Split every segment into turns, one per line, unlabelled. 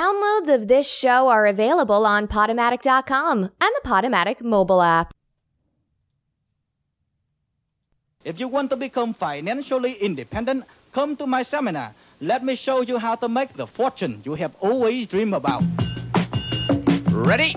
Downloads of this show are available on Podomatic.com and the Podomatic mobile app.
If you want to become financially independent, come to my seminar. Let me show you how to make the fortune you have always dreamed about.
Ready?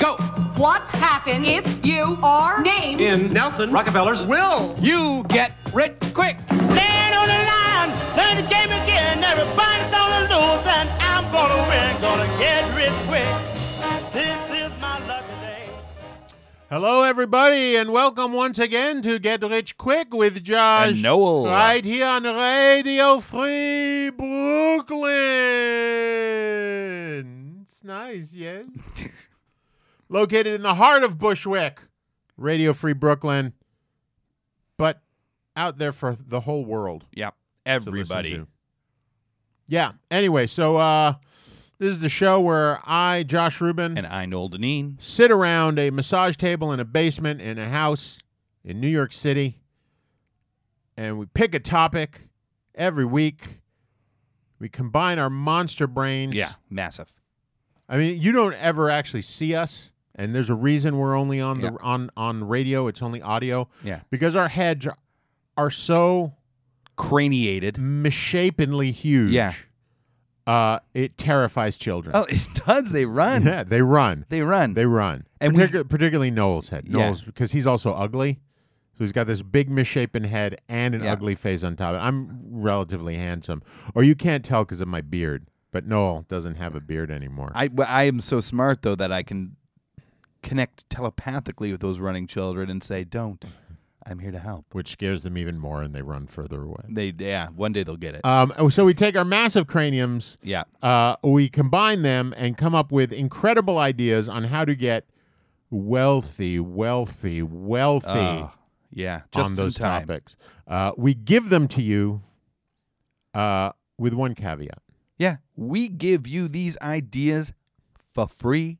Go!
What happens if you are named
In Nelson Rockefeller's will, you get rich quick.
Stand on the line, play the game again. Everybody's gonna lose, and I'm gonna win. Gonna get rich quick. This is my lucky day.
Hello, everybody, and welcome once again to Get Rich Quick with Josh
And Noel.
right here on Radio Free Brooklyn. It's nice, yes. Located in the heart of Bushwick, Radio Free Brooklyn, but out there for the whole world.
Yep.
to listen
Everybody.
to. Yeah. Anyway, so uh, this is the show where I, Josh Rubin,
And I, Noel Deneen.
sit around a massage table in a basement in a house in New York City, and we pick a topic every week. We combine our monster brains.
Yeah. Massive.
I mean, you don't ever actually see us, and there's a reason we're only on the on on radio. It's only audio
Yeah.
because our heads are so Mm.
Craniated.
misshapenly huge.
Yeah.
uh, it terrifies children.
Oh, it does. They run.
yeah, they run.
They run.
Mm. They run,
And
and
we-
particularly Noel's head.
Yeah.
Noel's because he's also ugly, so he's got this big misshapen head and an
Yeah.
ugly face on top. of it. I'm relatively handsome, or you can't tell because of my beard. But Noel doesn't have a beard anymore.
I, well, I am so smart, though, that I can connect telepathically with those running children and say, don't.
Mm-hmm.
I'm here to help.
which scares them even more, and they run further away.
They, yeah, one day they'll get it.
Um, oh, so we take our massive craniums,
yeah.
uh, we combine them and come up with incredible ideas on how to get wealthy, wealthy, wealthy.
Oh, yeah. Just
on
in
those
time.
topics. Uh, we give them to you uh, with one caveat.
Yeah. We give you these ideas for free.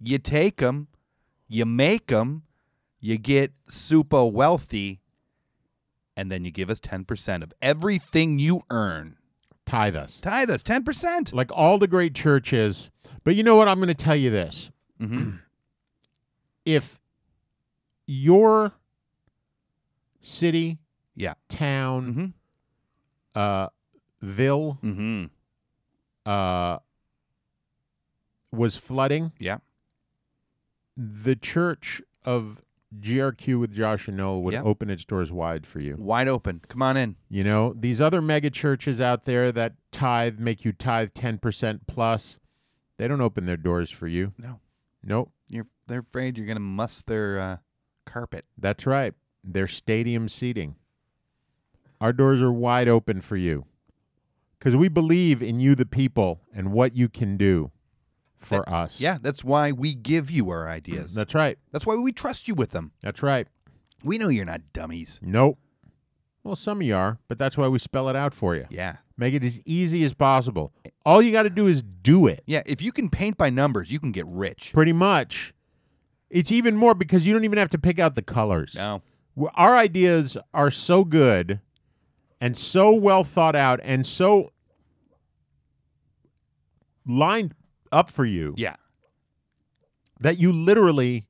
You take them, you make them, you get super wealthy, and then you give us 10% of everything you earn.
Tithe us.
Tithe us 10%.
Like all the great churches. But you know what? I'm going to tell you this.
Mm-hmm.
if your city,
Yeah.
town,
Mm-hmm.
uh, ville
Mm-hmm.
uh, was flooding,
Yeah.
the church of GRQ with Josh and Noel would
Yeah.
open its doors wide for you.
Wide open. Come on in.
You know, these other mega churches out there that tithe make you tithe 10% plus, they don't open their doors for you.
No.
Nope.
You're, they're afraid you're going to muss their uh, carpet.
That's right. They're stadium seating. Our doors are wide open for you because we believe in you, the people, and what you can do for us.
Yeah, that's why we give you our ideas.
That's right.
That's why we trust you with them.
That's right.
We know you're not dummies.
Nope. Well, some of you are, but that's why we spell it out for you.
Yeah.
Make it as easy as possible. All you got to do is do it.
Yeah, if you can paint by numbers, you can get rich.
Pretty much. It's even more because you don't even have to pick out the colors.
No.
W- Our ideas are so good and so well thought out and so lined up for you
Yeah.
that you literally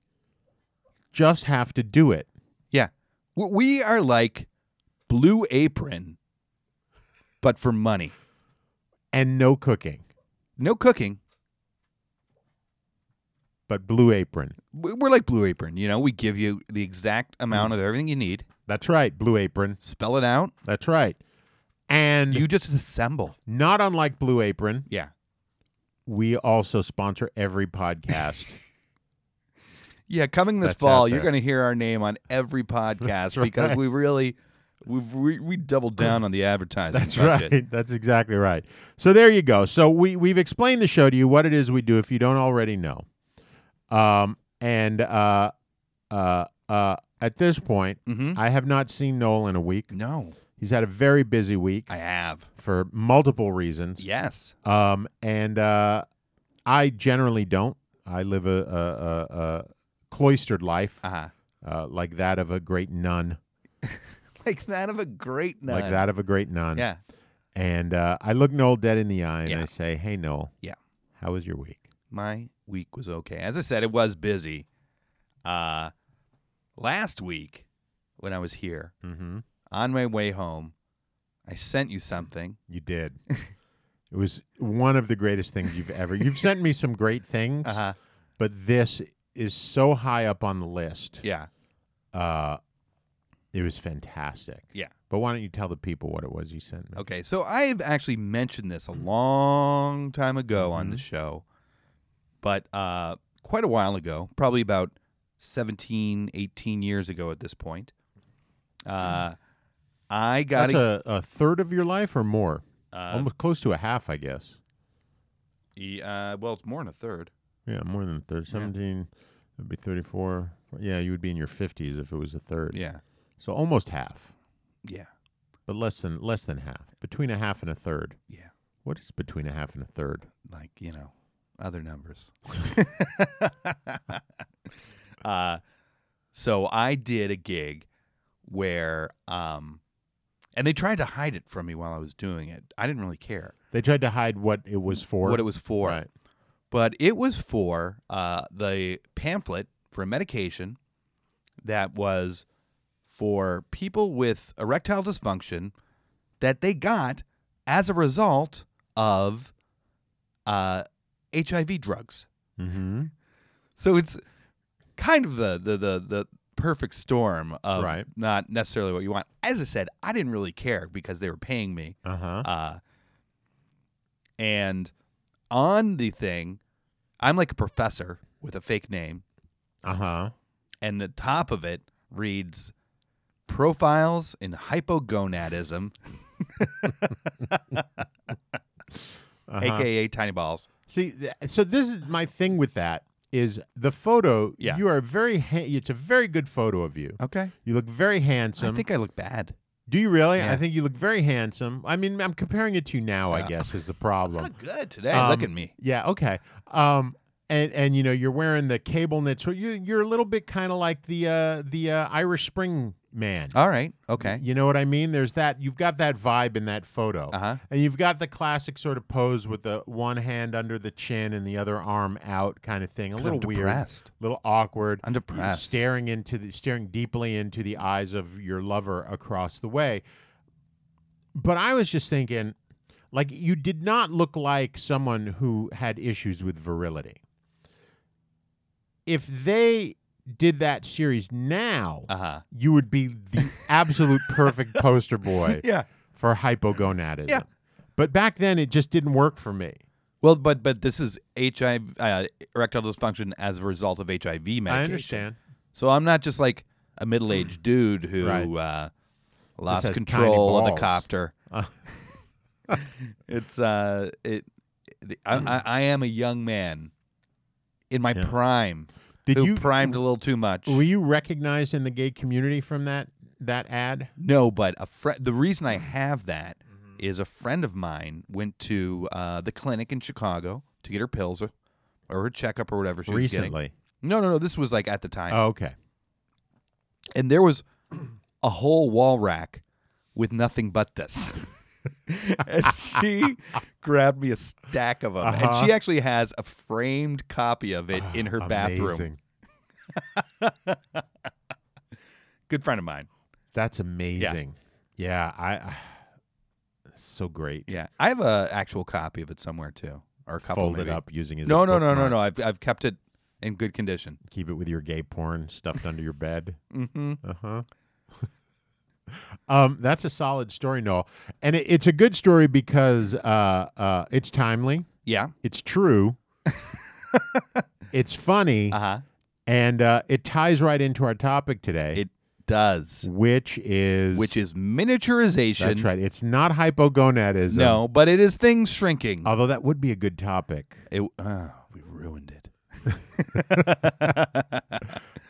just have to do it.
Yeah. W- We are like Blue Apron, but for money.
And no cooking,
No cooking.
but Blue Apron.
W- We're like Blue Apron. You know, we give you the exact
Mm.
amount of everything you need,
That's right, Blue Apron.
spell it out,
That's right. And
you just assemble.
not unlike Blue Apron,
Yeah.
we also sponsor every podcast.
Yeah, coming this
That's out
fall, you're
there.
going to hear our name on every podcast
right.
because we really we've, we we doubled down on the advertising.
That's
budget.
right. That's exactly right. So there you go. So we we've explained the show to you what it is we do if you don't already know. Um and uh uh uh at this point,
Mhm.
I have not seen Noel in a week.
No,
He's had a very busy week
I have.
for multiple reasons.
Yes.
Um and uh I generally don't. I live a a, a, a cloistered life
Uh-huh.
uh, like that of a great nun,
Like that of a great night.
like that of a great nun.
Yeah.
And uh, I look Noel dead in the eye and
Yeah.
I say, Hey, Noel,
Yeah.
how was your week?
my week was okay. As I said, it was busy. Uh last week when I was here,
Mm-hmm.
on my way home, I sent you something.
You did. it was one of the greatest things you've ever. You've sent me some great things,
Uh-huh.
but this is so high up on the list.
Yeah.
Uh, it was fantastic.
Yeah.
But why don't you tell the people what it was you sent me?
Okay. So I've actually mentioned this a long time ago on the show, but uh, quite a while ago, probably about 17, 18 years ago at this point. Uh, I got
That's
a,
a, a third of your life or more.
Uh,
Almost close to a half, I guess.
e- uh, well, it's more than a third.
Yeah, more than a third. 17, that'd be 34. Yeah, you would be in your 50s if it was a third.
Yeah.
So almost half,
Yeah.
but less than less than half. Between a half and a third.
Yeah.
What is between a half and a third?
like you know other numbers uh, so i did a gig where um and they tried to hide it from me while i was doing it i didn't really care
They tried to hide what it was for.
what it was for
Right.
but it was for uh, the pamphlet for medication that was for people with erectile dysfunction that they got as a result of uh, HIV drugs.
Mm-hmm.
So it's kind of the the the, the perfect storm of
Right.
not necessarily what you want. As I said, I didn't really care because they were paying me.
Uh huh.
Uh, and on the thing, I'm like a professor with a fake name,
Uh huh.
and the top of it reads Profiles in Hypogonadism,
Uh-huh.
aka Tiny Balls.
See, th- so this is my thing with that is the photo.
Yeah.
You are very. Ha- it's a very good photo of you.
Okay.
You look very handsome.
I think I look bad.
Do you really?
Yeah.
I think you look very handsome. I mean, I'm comparing it to you now. I
Yeah.
guess is the
I
problem.
look good today. look
Um,
at me.
Yeah. Okay. Um. And and you know you're wearing the cable knit. So you you're a little bit kind of like the uh the uh, Irish Spring man.
All right. Okay.
You know what I mean? There's that. You've got that vibe in that photo,
Uh-huh.
and you've got the classic sort of pose with the one hand under the chin and the other arm out, kind of thing. A
'Cause
little
I'm
weird, a
depressed.
little awkward.
I'm depressed.
Staring into the, staring deeply into the eyes of your lover across the way. But I was just thinking, like you did not look like someone who had issues with virility. If they did that series now,
Uh huh.
you would be the absolute perfect poster boy
Yeah.
for hypogonadism.
Yeah.
But back then, it just didn't work for me.
Well, but but this is HIV uh, erectile dysfunction as a result of HIV medication.
I understand.
So I'm not just like a middle-aged dude who
Right.
uh,
Just
lost
has tiny
control of the
balls.
copter. it's uh, it. I,
Hmm.
I, I am a young man in my prime
Did
who
you
primed a little too much.
were you recognized in the gay community from that that ad?
no, but a fr- The reason
Hmm.
I have that is
Mm-hmm.
a friend of mine went to uh, the clinic in Chicago to get her pills or, or her checkup or whatever she was getting.
Recently.
No, no, no. This was like at the time.
Oh, okay.
and there was a whole wall rack with nothing but this. and she grabbed me a stack of them, and
Uh-huh.
she actually has a framed copy of it in her bathroom.
Amazing.
Good friend of mine.
That's amazing. Yeah, I. I so great.
Yeah, I have a actual copy of it somewhere too, or a couple.
Fold
maybe.
it up using it. as
No,
a
no, no, no,
bookmark.
no. I've I've kept it in good condition.
Keep it with your gay porn stuffed under your bed.
Mm-hmm.
Uh huh. um, that's a solid story, Noel, and it, it's a good story because uh, uh, it's timely,
Yeah.
it's true, it's funny,
Uh huh.
and uh, it ties right into our topic today,
It does,
which is
which is miniaturization.
that's right. It's not hypogonadism.
No, but it is things shrinking.
although that would be a good topic.
It, uh, we ruined it.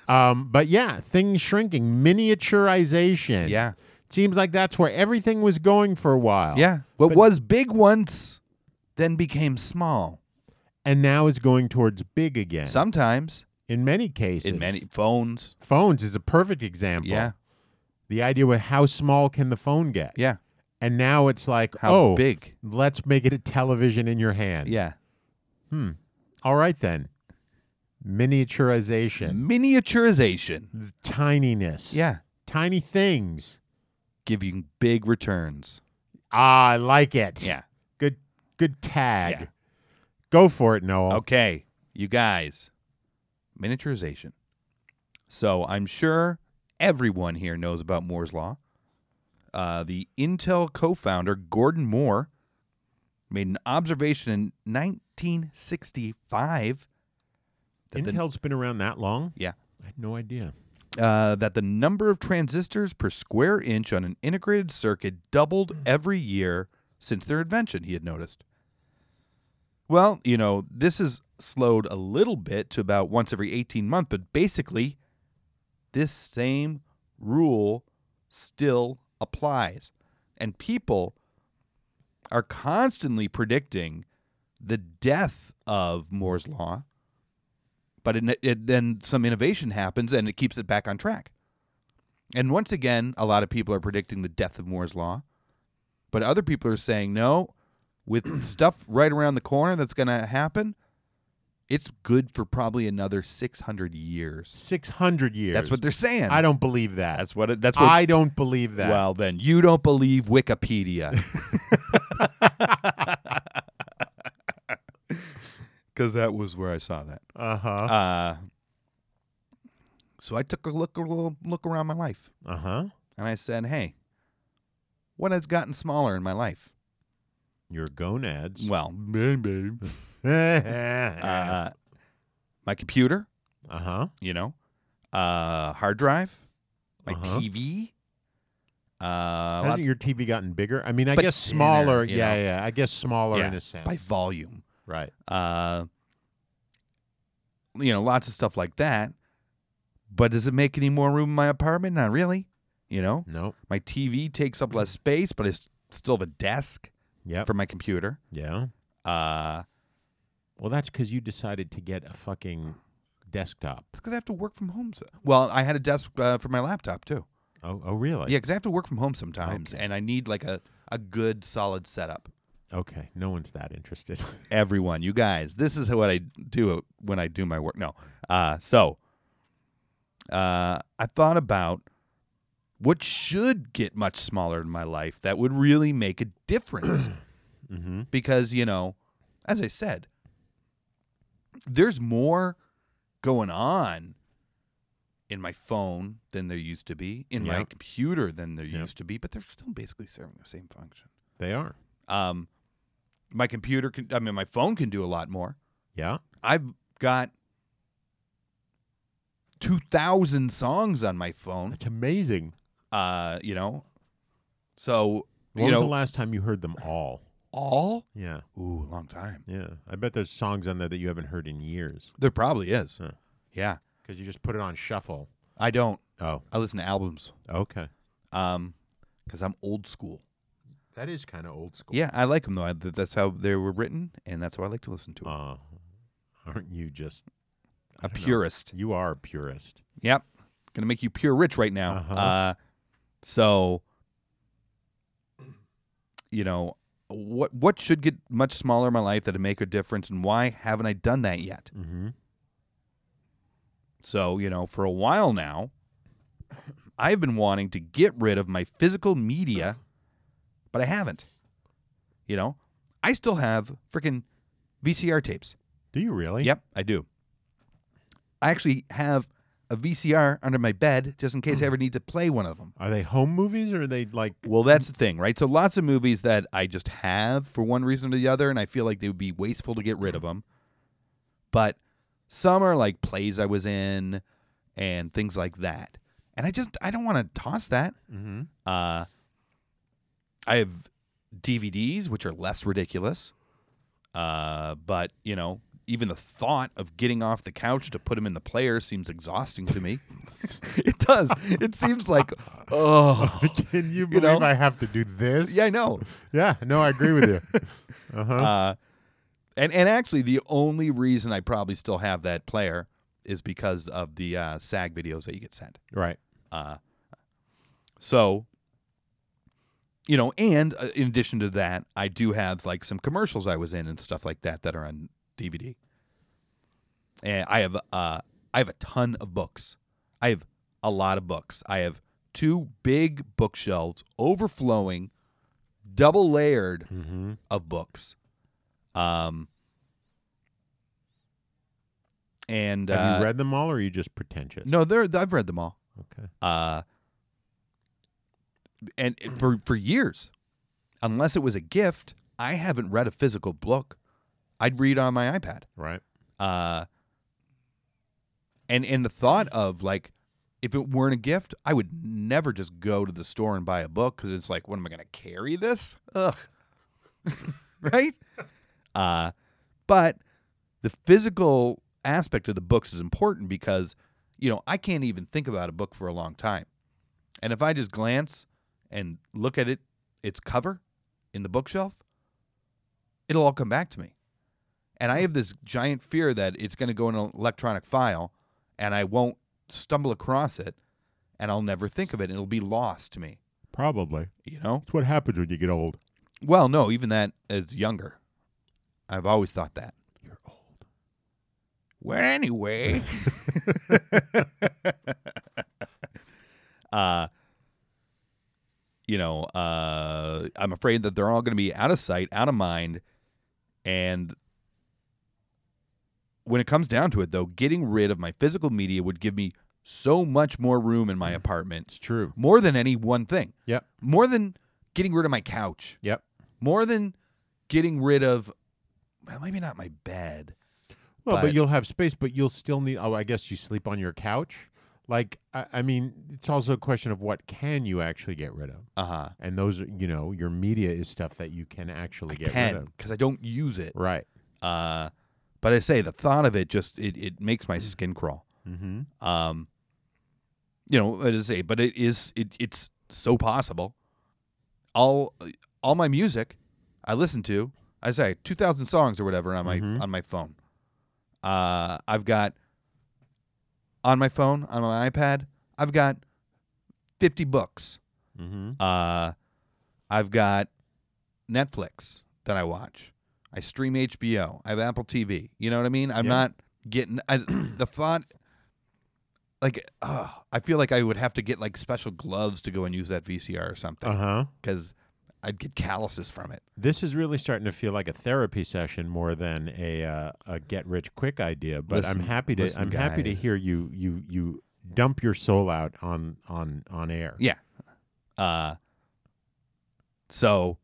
Um, but yeah, things shrinking, miniaturization.
Yeah.
Seems like that's where everything was going for a while.
Yeah. What
But-
was big once then became small.
And now is going towards big again.
Sometimes
in many cases.
in many phones.
phones is a perfect example.
Yeah.
The idea with how small can the phone get?
Yeah.
And now it's like,
How
oh,
big?
let's make it a television in your hand.
Yeah.
All right then. Miniaturization,
Miniaturization.
tininess.
Yeah.
Tiny things.
Give you big returns.
Ah, I like it.
Yeah.
Good good tag.
Yeah.
Go for it, Noel.
Okay, you guys. Miniaturization. So I'm sure everyone here knows about Moore's Law. Uh, the Intel co founder, Gordon Moore, made an observation in 1965 that the-
Intel's been around that long?
yeah,
I had no idea.
uh, that the number of transistors per square inch on an integrated circuit doubled every year since their invention, he had noticed. Well, you know, this is slowed a little bit to about once every 18 months, but basically, this same rule still applies. And people are constantly predicting the death of Moore's Law but it, it, then some innovation happens and it keeps it back on track. And once again, a lot of people are predicting the death of Moore's law, but other people are saying no, with stuff right around the corner that's going to happen, it's good for probably another 600 years.
600 years.
That's what they're saying.
I don't believe that.
That's what it, that's what
I don't believe that.
Well, then you don't believe Wikipedia. Cuz that was where I saw that.
uh-huh.
Uh, so I took a look a little look around my life,
Uh-huh.
and I said, "Hey, what has gotten smaller in my life?"
Your gonads.
Well, maybe
uh-huh.
uh, my computer, you know, uh, hard drive, my
Uh-huh.
TV. Uh,
Hasn't
lots-
your TV gotten bigger? I mean, I
But
guess smaller.
thinner, you
yeah,
know?
yeah. I guess smaller
yeah,
in a sense.
by volume.
right.
Uh, you know, lots of stuff like that. But does it make any more room in my apartment? Not really. You know,
No.
My TV takes up less space, but I s- still have a desk
Yep.
for my computer.
yeah.
Uh,
Well, that's because you decided to get a fucking desktop.
it's because I have to work from home. so- Well, I had a desk uh, for my laptop too.
Oh, oh, really?
Yeah, because I have to work from home sometimes, and I need like a, a good solid setup.
Okay. No one's that interested.
Everyone, you guys, this is what I do when I do my work. No, uh, so uh, I thought about what should get much smaller in my life that would really make a difference.
mm-hmm.
because you know as i said there's more going on in my phone than there used to be in my
Yep.
computer than there
Yep.
used to be but they're still basically serving the same function
They are.
um my computer can i mean my phone can do a lot more
Yeah.
i've got 2000 songs on my phone
That's amazing.
uh you know so
When was
you know
the last time you heard them all?
all
Yeah.
ooh long time
Yeah. I bet there's songs on there that you haven't heard in years
there probably is
Huh.
yeah
because you just put it on shuffle.
i don't
Oh,
I listen to albums
okay.
um because I'm old school.
That is kind of old school.
Yeah, I like them though. I, th- that's how they were written, and that's how I like to listen to them.
Uh, aren't you just Oh,
a purist.
you are a purist?
Yep, gonna make you pure rich right now.
Uh-huh.
Uh, so, you know, what what should get much smaller in my life that'd make a difference, and why haven't I done that yet?
Mm-hmm.
So, you know, for a while now, I've been wanting to get rid of my physical media, but I haven't. You know, I still have freaking VCR tapes.
Do you really?
Yep, I do. I actually have a VCR under my bed just in case I ever need to play one of them.
Are they home movies or are they like?
Well, that's the thing, right? So, lots of movies that I just have for one reason or the other, and I feel like they would be wasteful to get rid of them. But some are like plays I was in and things like that. And I just, I don't want to toss that.
Mm-hmm.
Uh, I have DVDs, which are less ridiculous. Uh, but, you know, even the thought of getting off the couch to put them in the player seems exhausting to me. it does. It seems like, oh.
Can you
You
believe
know?
I have to do this?
Yeah, I know.
Yeah, no, I agree with you. uh-huh.
Uh, and and actually, the only reason I probably still have that player is because of the uh, SAG videos that you get sent.
Right.
Uh, so, you know, and uh, in addition to that, I do have like some commercials I was in and stuff like that that are on DVD. And I have uh I have a ton of books. I have a lot of books. I have two big bookshelves overflowing, double layered
Mm-hmm.
of books. Um and
Have
uh,
you read them all, or are you just pretentious?
no, they're I've read them all
Okay.
uh, and it- for for years, unless it was a gift, I haven't read a physical book. I'd read on my iPad.
Right.
Uh, and and the thought of like, if it weren't a gift, I would never just go to the store and buy a book because it's like, what am I going to carry this? Ugh, right? Uh, but the physical aspect of the books is important because you know I can't even think about a book for a long time, and if I just glance and look at it, its cover in the bookshelf, it'll all come back to me. And I have this giant fear that it's going to go in an electronic file and I won't stumble across it and I'll never think of it. and It'll be lost to me,
Probably.
you know?
That's what happens when you get old.
Well, no, even that as younger. I've always thought that. You're old. Well, anyway. uh, you know, uh, I'm afraid that they're all going to be out of sight, out of mind. And when it comes down to it, though, getting rid of my physical media would give me so much more room in my apartment.
It's true.
More than any one thing.
Yep.
More than getting rid of my couch
Yep.
more than getting rid of well, maybe not my bed.
Well, but,
But-
you'll have space, but you'll still need. Oh, I guess you sleep on your couch. Like, I, I mean, it's also a question of what can you actually get rid of,
Uh-huh.
and those, are- you know, your media is stuff that you can actually
I
get rid
can
of.
because I don't use it.
Right.
Uh, but I say the thought of it just it, it makes my skin crawl.
Mm-hmm.
Um, you know, as I say, but it is it it's so possible. All all my music I listen to, I say two thousand songs or whatever on my
Mm-hmm.
on my phone. Uh, I've got on my phone on my iPad. I've got fifty books.
Mm-hmm.
Uh, I've got Netflix that I watch. I stream HBO. I have Apple TV. You know what I mean? I'm
Yeah.
not getting I, the thought. Like, uh, I feel like I would have to get like special gloves to go and use that VCR or
Uh
something
huh.
because I'd get calluses from it.
This is really starting to feel like a therapy session more than a uh, a get rich quick idea. But
Listen-
I'm happy to
listen,
I'm happy to
guys.
hear you you you dump your soul out on on on air.
Yeah. Uh. So.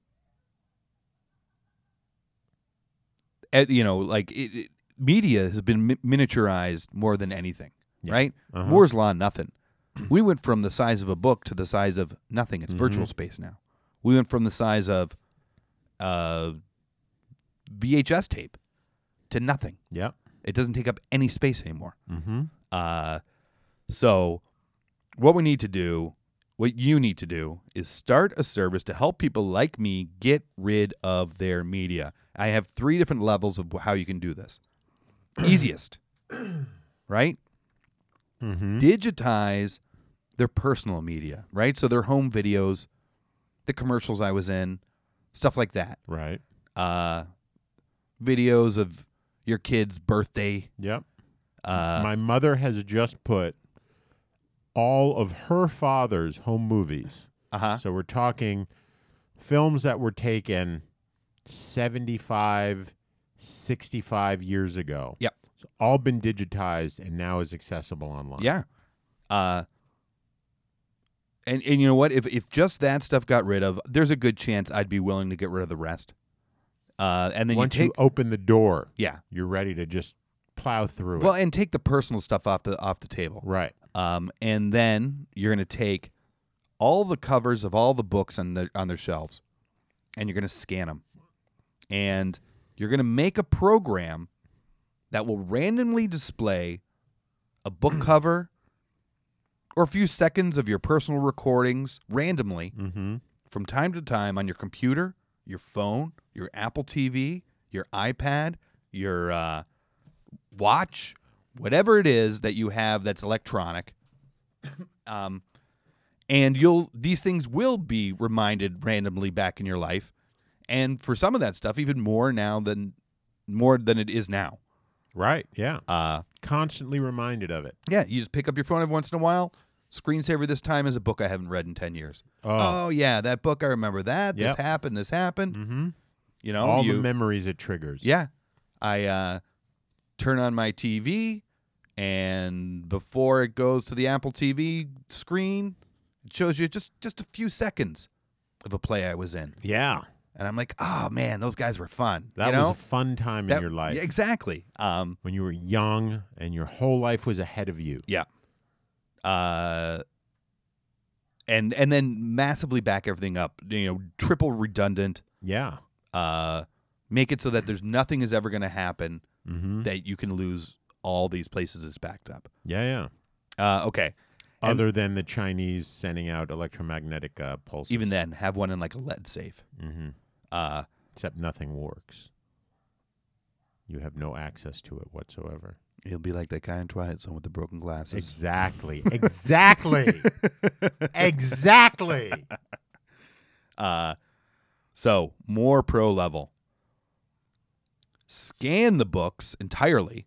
eh, you know, like it, it- media has been mi- miniaturized more than anything, right?
Uh-huh.
Moore's law, nothing. We went from the size of a book to the size of nothing. It's virtual space now. We went from the size of uh, VHS tape to nothing.
Yep.
It doesn't take up any space anymore.
Mm-hmm.
Uh, so, what we need to do, what you need to do, is start a service to help people like me get rid of their media. I have three different levels of how you can do this. Easiest, right? Digitize their personal media, right? So, their home videos, the commercials I was in, stuff like that.
Right.
Uh, videos of your kid's birthday.
Yep.
Uh,
My mother has just put all of her father's home movies.
uh-huh.
So we're talking films that were taken 75, 65 years ago.
Yep.
It's all been digitized and now is accessible online.
Yeah. Uh and, and you know what? If if just that stuff got rid of, there's a good chance I'd be willing to get rid of the rest. Uh, and then
Once
you
you
take
open the door,
yeah.
you're ready to just plow through
Well,
it.
and take the personal stuff off the off the table.
Right.
Um, and then you're gonna take all the covers of all the books on the on their shelves, and you're gonna scan them, and you're gonna make a program that will randomly display a book cover or a few seconds of your personal recordings randomly
Mm-hmm.
from time to time on your computer, your phone, your Apple TV, your iPad, your uh, watch, whatever it is that you have that's electronic. um, and you'll these things will be reminded randomly back in your life and for some of that stuff even more now than more than it is now
Right. Yeah.
uh
Constantly reminded of it.
yeah you just pick up your phone every once in a while screensaver this time is a book i haven't read in 10 years
Oh.
yeah that book i remember that
Yep.
this happened this happened
Mm-hmm.
you know
All
you,
the memories it triggers.
Yeah. I uh, turn on my TV, and before it goes to the Apple TV screen, it shows you just, just a few seconds of a play I was in.
Yeah.
And I'm like, oh, man, those guys were fun.
That
you know?
was a fun time
That-
in your life
yeah, exactly. Um,
when you were young and your whole life was ahead of you.
yeah. Uh, and and then massively back everything up. You know, triple redundant.
Yeah.
Uh, make it so that there's nothing is ever going to happen
Mm-hmm.
that you can lose all these places it's backed up.
Yeah. Yeah.
Uh, okay. And-
Other than the Chinese sending out electromagnetic uh, pulses,
even then have one in like a lead safe
mm-hmm.
uh
except nothing works. You have no access to it whatsoever.
he'll be like that guy in twilight zone with the broken glasses
Exactly. Exactly. exactly.
uh so more pro level scan the books entirely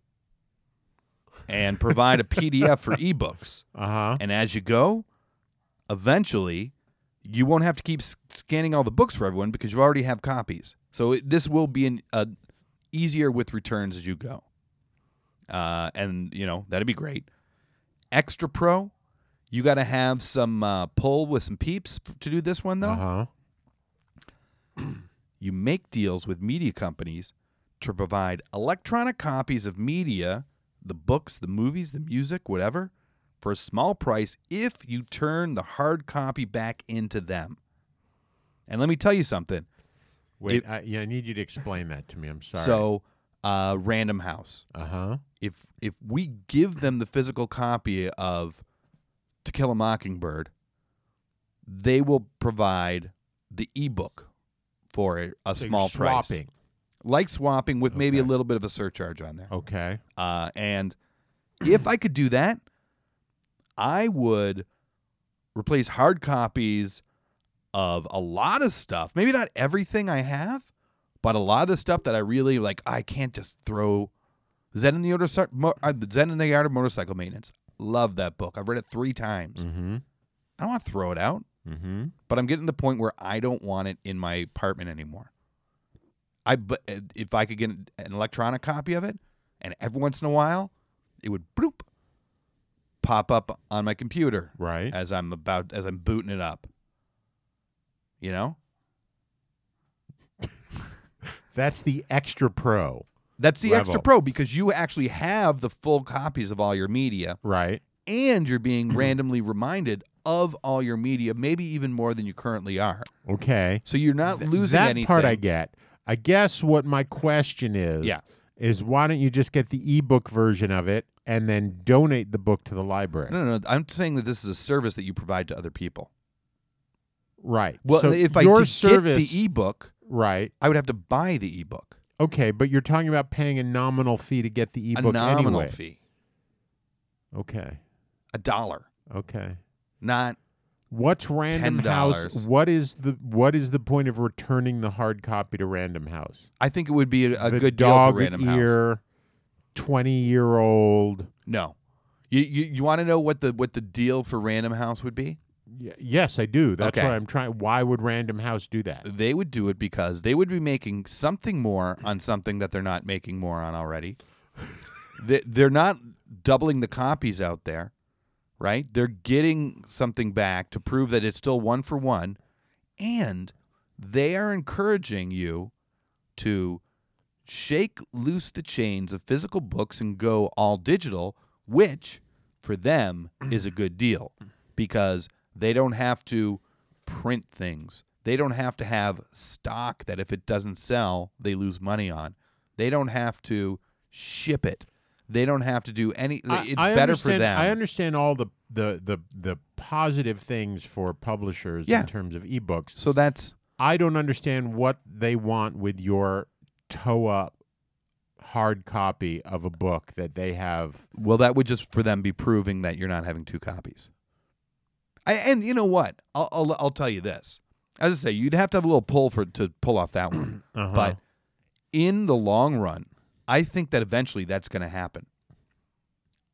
and provide a pdf for ebooks
Uh huh.
and as you go eventually you won't have to keep s- scanning all the books for everyone because you already have copies so it, this will be an a easier with returns as you go uh, and you know that'd be great extra pro you got to have some uh, pull with some peeps f- to do this one though
Uh huh.
you make deals with media companies to provide electronic copies of media, the books, the movies, the music, whatever, for a small price if you turn the hard copy back into them. And let me tell you something.
Wait, I, yeah, I need you to explain that to me. I'm sorry.
So, uh, Random House,
uh huh.
if if we give them the physical copy of To Kill a Mockingbird, they will provide the ebook for a, a small price.
swapping.
like swapping with maybe a
Okay.
little bit of a surcharge on there.
Okay.
Uh, and if I could do that, I would replace hard copies of a lot of stuff. Maybe not everything I have, but a lot of the stuff that I really like. I can't just throw Zen in the Art of Sar- Mo- uh, Zen in the Art of Motorcycle Maintenance. Love that book. I've read it three times.
Mm-hmm.
I don't want to throw it out
Mm-hmm.
but I'm getting to the point where I don't want it in my apartment anymore. I but uh, if I could get an electronic copy of it, and every once in a while, it would bloop pop up on my computer
Right.
as I'm about as I'm booting it up. You know,
That's the extra pro.
that's the extra
Level.
pro because you actually have the full copies of all your media,
Right.
and you're being randomly reminded of all your media, maybe even more than you currently are.
Okay.
So you're not losing
that
anything.
part I get. I guess what my question is
Yeah.
is why don't you just get the ebook version of it and then donate the book to the library?
No, no, no. I'm saying that this is a service that you provide to other people.
Right.
Well,
so
if I
your
did
service,
get the e-, ebook,
right?
I would have to buy the ebook.
Okay, but you're talking about paying a nominal fee to get the
a
ebook
nominal
anyway.
fee,
Okay.
a dollar,
Okay.
not
What's Random House?
$10.
What is the what is the point of returning the hard copy to Random House?
I think it would be a, a
the
good deal
dog
for Random House.
ear, twenty year old.
No, you you, you want to know what the what the deal for Random House would be?
Y- yes, I do. That's
Okay.
what I'm trying. Why would Random House do that?
They would do it because they would be making something more on something that they're not making more on already. they, they're not doubling the copies out there, right? They're getting something back to prove that it's still one for one, and they are encouraging you to shake loose the chains of physical books and go all digital, which for them is a good deal because they don't have to print things. They don't have to have stock that if it doesn't sell, they lose money on. They don't have to ship it. They don't have to do any.
I-
it's
I
better for
understand-
them.
I understand all the the the the positive things for publishers
Yeah.
in terms of ebooks.
So that's
I don't understand what they want with your toe up hard copy of a book that they have.
well, that would just for them be proving that you're not having two copies. I, and you know what? I'll, I'll I'll tell you this. As I say, you'd have to have a little pull for to pull off that one.
Uh-huh.
But in the long run, I think that eventually that's going to happen.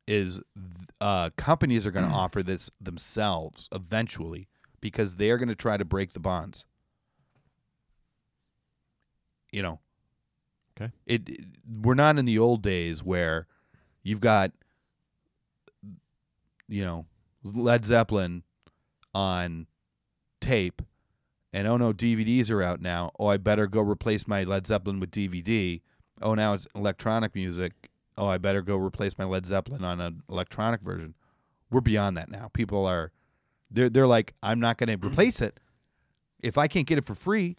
Is th- uh, companies are going to offer this themselves eventually because they are going to try to break the bonds. You know,
Okay.
it it- we're not in the old days where you've got you know Led Zeppelin on tape and oh no DVDs are out now oh I better go replace my Led Zeppelin with DVD oh now it's electronic music oh I better go replace my Led Zeppelin on an electronic version we're beyond that now people are they're they're like I'm not going to replace it if I can't get it for free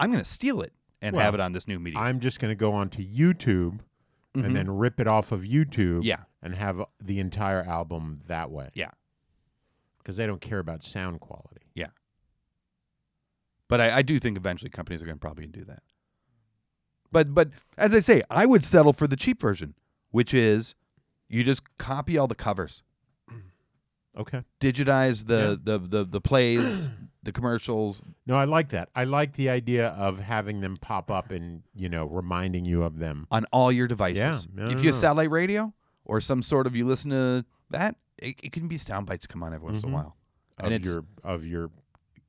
I'm going to steal it and have it
Well,
on this new media
I'm just going to go onto YouTube and then rip it off of YouTube
Mm-hmm. Yeah.
and have the entire album that way.
yeah
Because they don't care about sound quality.
Yeah. But I, I do think eventually companies are going to probably do that. But but as I say, I would settle for the cheap version, which is you just copy all the covers,
Okay.
digitize the the, the the plays, the commercials.
No, I like that. I like the idea of having them pop up and, you know, reminding you of them.
on all your devices.
yeah, yeah,
if you have
yeah.
satellite radio or some sort of you listen to that, it, it can be sound bites come on every once in a while.
Mm-hmm. Of
and it's
your of your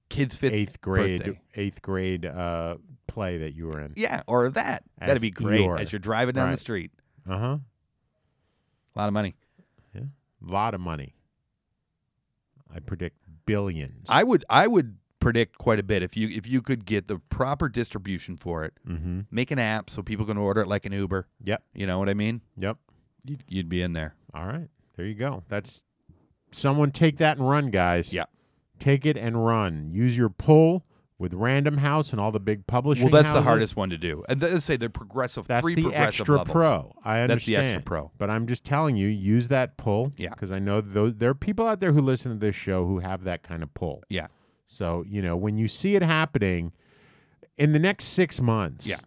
kids' fifth
eighth grade
birthday.
eighth grade uh, play that you were in.
Yeah, or that.
As
That'd be great
Eeyore.
as you're driving down the
Right.
street.
Uh huh.
A lot of money.
lot of money. I predict billions.
I would I would predict quite a bit if you if you could get the proper distribution for it.
mm-hmm.
Make an app so people can order it like an Uber.
Yep.
You know what I mean?
Yep.
You'd, you'd be in there.
All right. There you go. That's someone take that and run, guys.
Yeah.
Take it and run. Use your pull with Random House and all the big publishing.
well, that's the
houses.
hardest one to do. And let's say they're progressive.
That's
three
the
progressive
extra
levels.
pro. I understand.
That's the extra pro.
But I'm just telling you, use that pull.
Yeah.
Because I know those, there are people out there who listen to this show who have that kind of pull.
Yeah.
So, you know, when you see it happening in the next six months,
Yeah.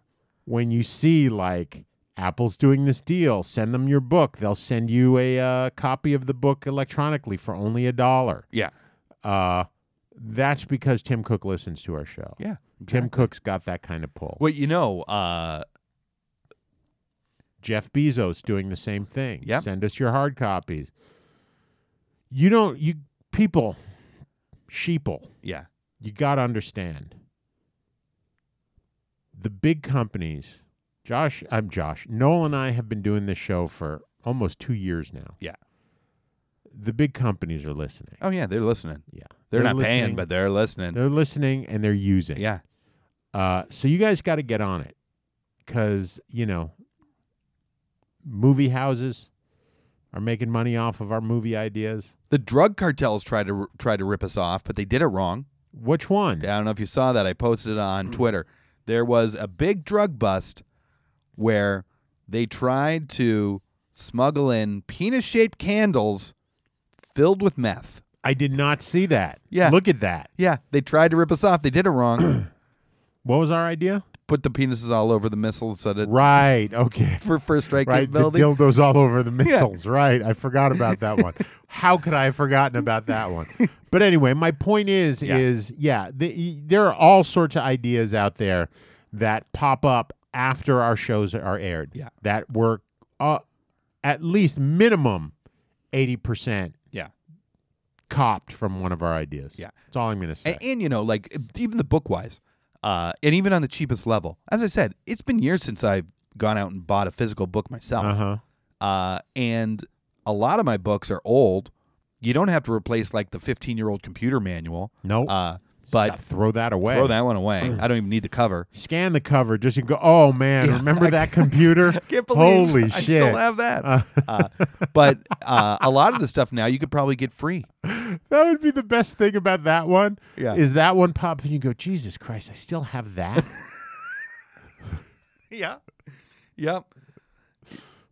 when you see like Apple's doing this deal, send them your book. They'll send you a uh, copy of the book electronically for only a dollar.
Yeah.
Uh, that's because Tim Cook listens to our show.
Yeah.
Tim Cook's got that kind of pull.
Well, you know, uh,
Jeff Bezos doing the same thing.
Yep.
Send us your hard copies. You don't, you people, sheeple.
yeah,
you got to understand the big companies josh i'm josh noel and i have been doing this show for almost two years now
yeah.
the big companies are listening
Oh yeah, they're listening.
yeah
They're, not paying,
listening.
but they're listening.
they're listening and they're using
yeah.
uh, so you guys got to get on it because you know movie houses are making money off of our movie ideas
The drug cartels tried to try to rip us off, but they did it wrong.
which one
I don't know if you saw that. I posted it on
Mm.
Twitter. There was a big drug bust where they tried to smuggle in penis shaped candles filled with meth.
i did not see that
Yeah.
look at that
Yeah, they tried to rip us off. They did it wrong.
what was our idea
Put the penises all over the missile so that
right okay
for first strike
right, the
capability.
dildos all over the missiles. Right, I forgot about that one. How could I have forgotten about that one? But anyway, my point is,
Yeah.
is yeah, the, there are all sorts of ideas out there that pop up after our shows are aired.
Yeah.
that were uh, at least minimum eighty percent
yeah.
copped from one of our ideas.
Yeah.
that's all I'm gonna say.
And, and you know, like even the book wise, uh, and even on the cheapest level. As I said, it's been years since I've gone out and bought a physical book myself.
uh huh.
uh, and a lot of my books are old. You don't have to replace like the 15 year old computer manual.
Nope.
Uh, but
Throw that away.
throw that one away. I don't even need the cover.
Scan the cover just to go. Oh man, remember that computer?
Can't believe
Holy
I
shit!
still have that. Uh, but uh, a lot of the stuff now you could probably get free.
That would be the best thing about that one.
Yeah.
Is that one pop up and you go, Jesus Christ, I still have that?
Yeah. Yep.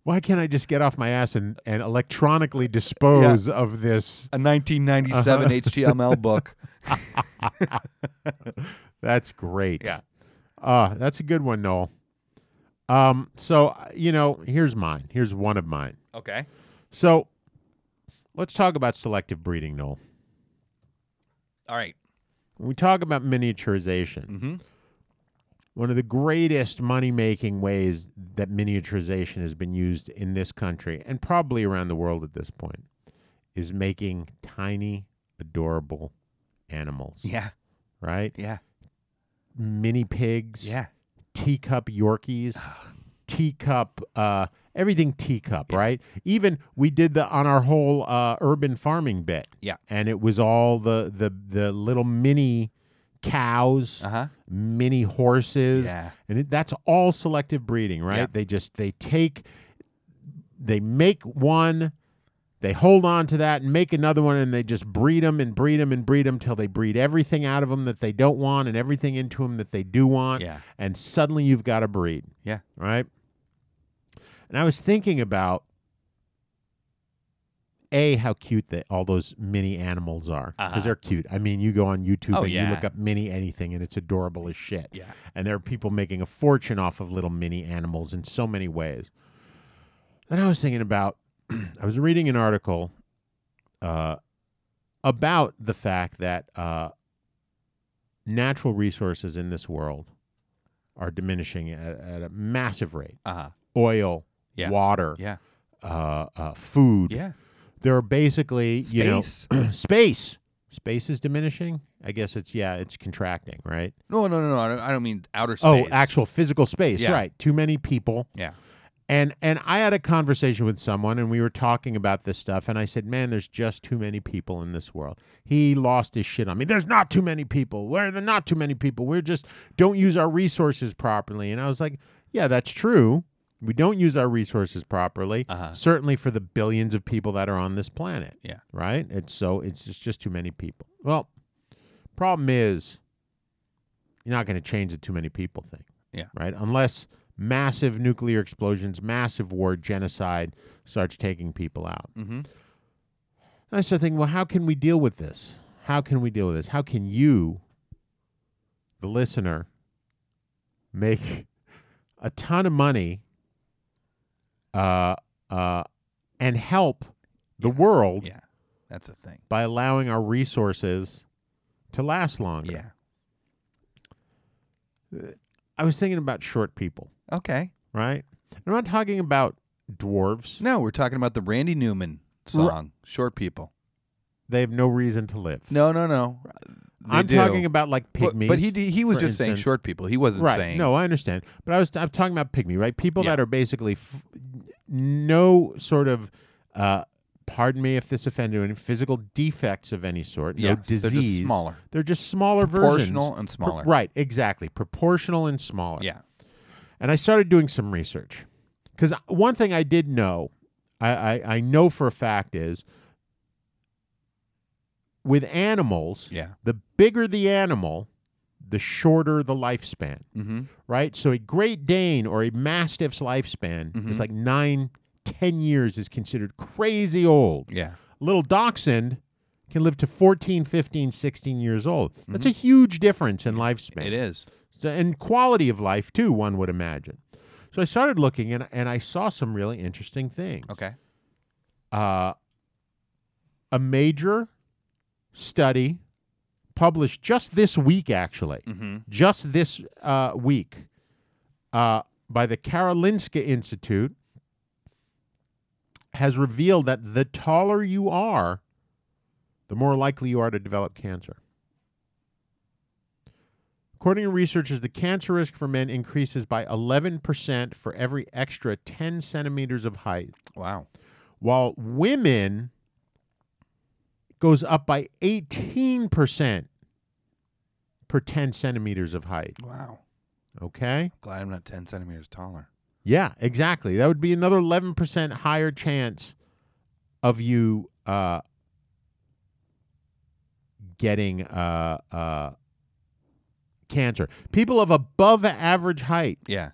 Why can't I just get off my ass and, and electronically dispose of this?
A 1997 HTML book.
That's great.
Yeah.
Uh, that's a good one, Noel. Um, so you know, here's mine. Here's one of mine.
Okay.
So let's talk about selective breeding, Noel.
All right.
When we talk about miniaturization,
Mm-hmm.
one of the greatest money making ways that miniaturization has been used in this country and probably around the world at this point is making tiny, adorable animals,
Yeah.
right?
Yeah.
Mini pigs,
Yeah.
teacup Yorkies, teacup, uh, everything teacup, right? Even we did the on our whole uh, urban farming bit,
Yeah.
and it was all the the the little mini cows,
Uh-huh.
mini horses,
Yeah.
and it, that's all selective breeding, right?
Yeah.
They just they take, they make one. They hold on to that and make another one, and they just breed them and breed them and breed them till they breed everything out of them that they don't want and everything into them that they do want.
Yeah.
And suddenly you've got a breed
Yeah.
right? And I was thinking about a how cute that all those mini animals are because
Uh-huh.
they're cute. I mean, you go on YouTube
Oh,
and you
yeah.
look up mini anything, and it's adorable as shit.
Yeah.
and there are people making a fortune off of little mini animals in so many ways. Then I was thinking about I was reading an article uh, about the fact that uh, natural resources in this world are diminishing at, at a massive rate.
Uh-huh.
Oil,
Yeah.
water,
Yeah.
uh, uh, food.
Yeah.
There are basically you know
Space.
space. Space is diminishing. I guess it's yeah, it's contracting, right?
No, no, no, no. I don't, I don't mean outer
Oh,
space.
actual physical space,
Yeah.
right? Too many people.
Yeah.
And and I had a conversation with someone and we were talking about this stuff and I said, "Man, there's just too many people in this world." He lost his shit on me. There's not too many people. Where there not too many people. We're just don't use our resources properly. And I was like, "Yeah, that's true. We don't use our resources properly.
Uh-huh.
Certainly for the billions of people that are on this planet."
Yeah.
Right? It's so it's just, just too many people. Well, problem is you're not going to change the too many people thing right? Unless massive nuclear explosions, massive war, genocide starts taking people out.
Mhm.
And I started thinking, well, how can we deal with this? How can we deal with this? How can you, the listener, make a ton of money uh, uh, and help the world
Yeah. That's a thing.
by allowing our resources to last longer?
Yeah.
I was thinking about short people,
Okay.
right? I'm not talking about dwarves.
No, we're talking about the Randy Newman song, Short People.
they have no reason to live.
No, no, no. They
I'm
do.
talking about like
But,
pygmies.
but he d- he was
for
just saying
instance.
short people. He wasn't
right?
saying
No, I understand, but I was I'm talking about pygmy, right? People
Yeah.
that are basically f- no sort of, uh, pardon me if this offends you, any physical defects of any sort,
Yes,
no
they're just
disease.
smaller.
They're just smaller
Proportional
versions,
and smaller.
right? Exactly, proportional and smaller.
Yeah.
and I started doing some research because one thing I did know, I, I I know for a fact is with animals,
Yeah.
the bigger the animal, the shorter the lifespan,
Mm-hmm.
right? So a Great Dane or a Mastiff's lifespan
Mm-hmm.
is like nine, ten years is considered crazy old.
Yeah.
Little Dachshund can live to 14, 15, 16 years old. That's a huge difference in lifespan.
Mm-hmm. It is.
So, and quality of life too, one would imagine. So I started looking and, and I saw some really interesting things.
Okay.
Uh, a major study published just this week, actually,
Mm-hmm.
just this uh, week, uh, by the Karolinska Institute, has revealed that the taller you are, the more likely you are to develop cancer. According to researchers, the cancer risk for men increases by 11% for every extra 10 centimeters of height
Wow.
while women goes up by 18% per 10 centimeters of height
Wow.
okay
Glad I'm not ten centimeters taller.
yeah exactly that would be another 11% higher chance of you uh, getting uh, uh, cancer people of above average height
Yeah.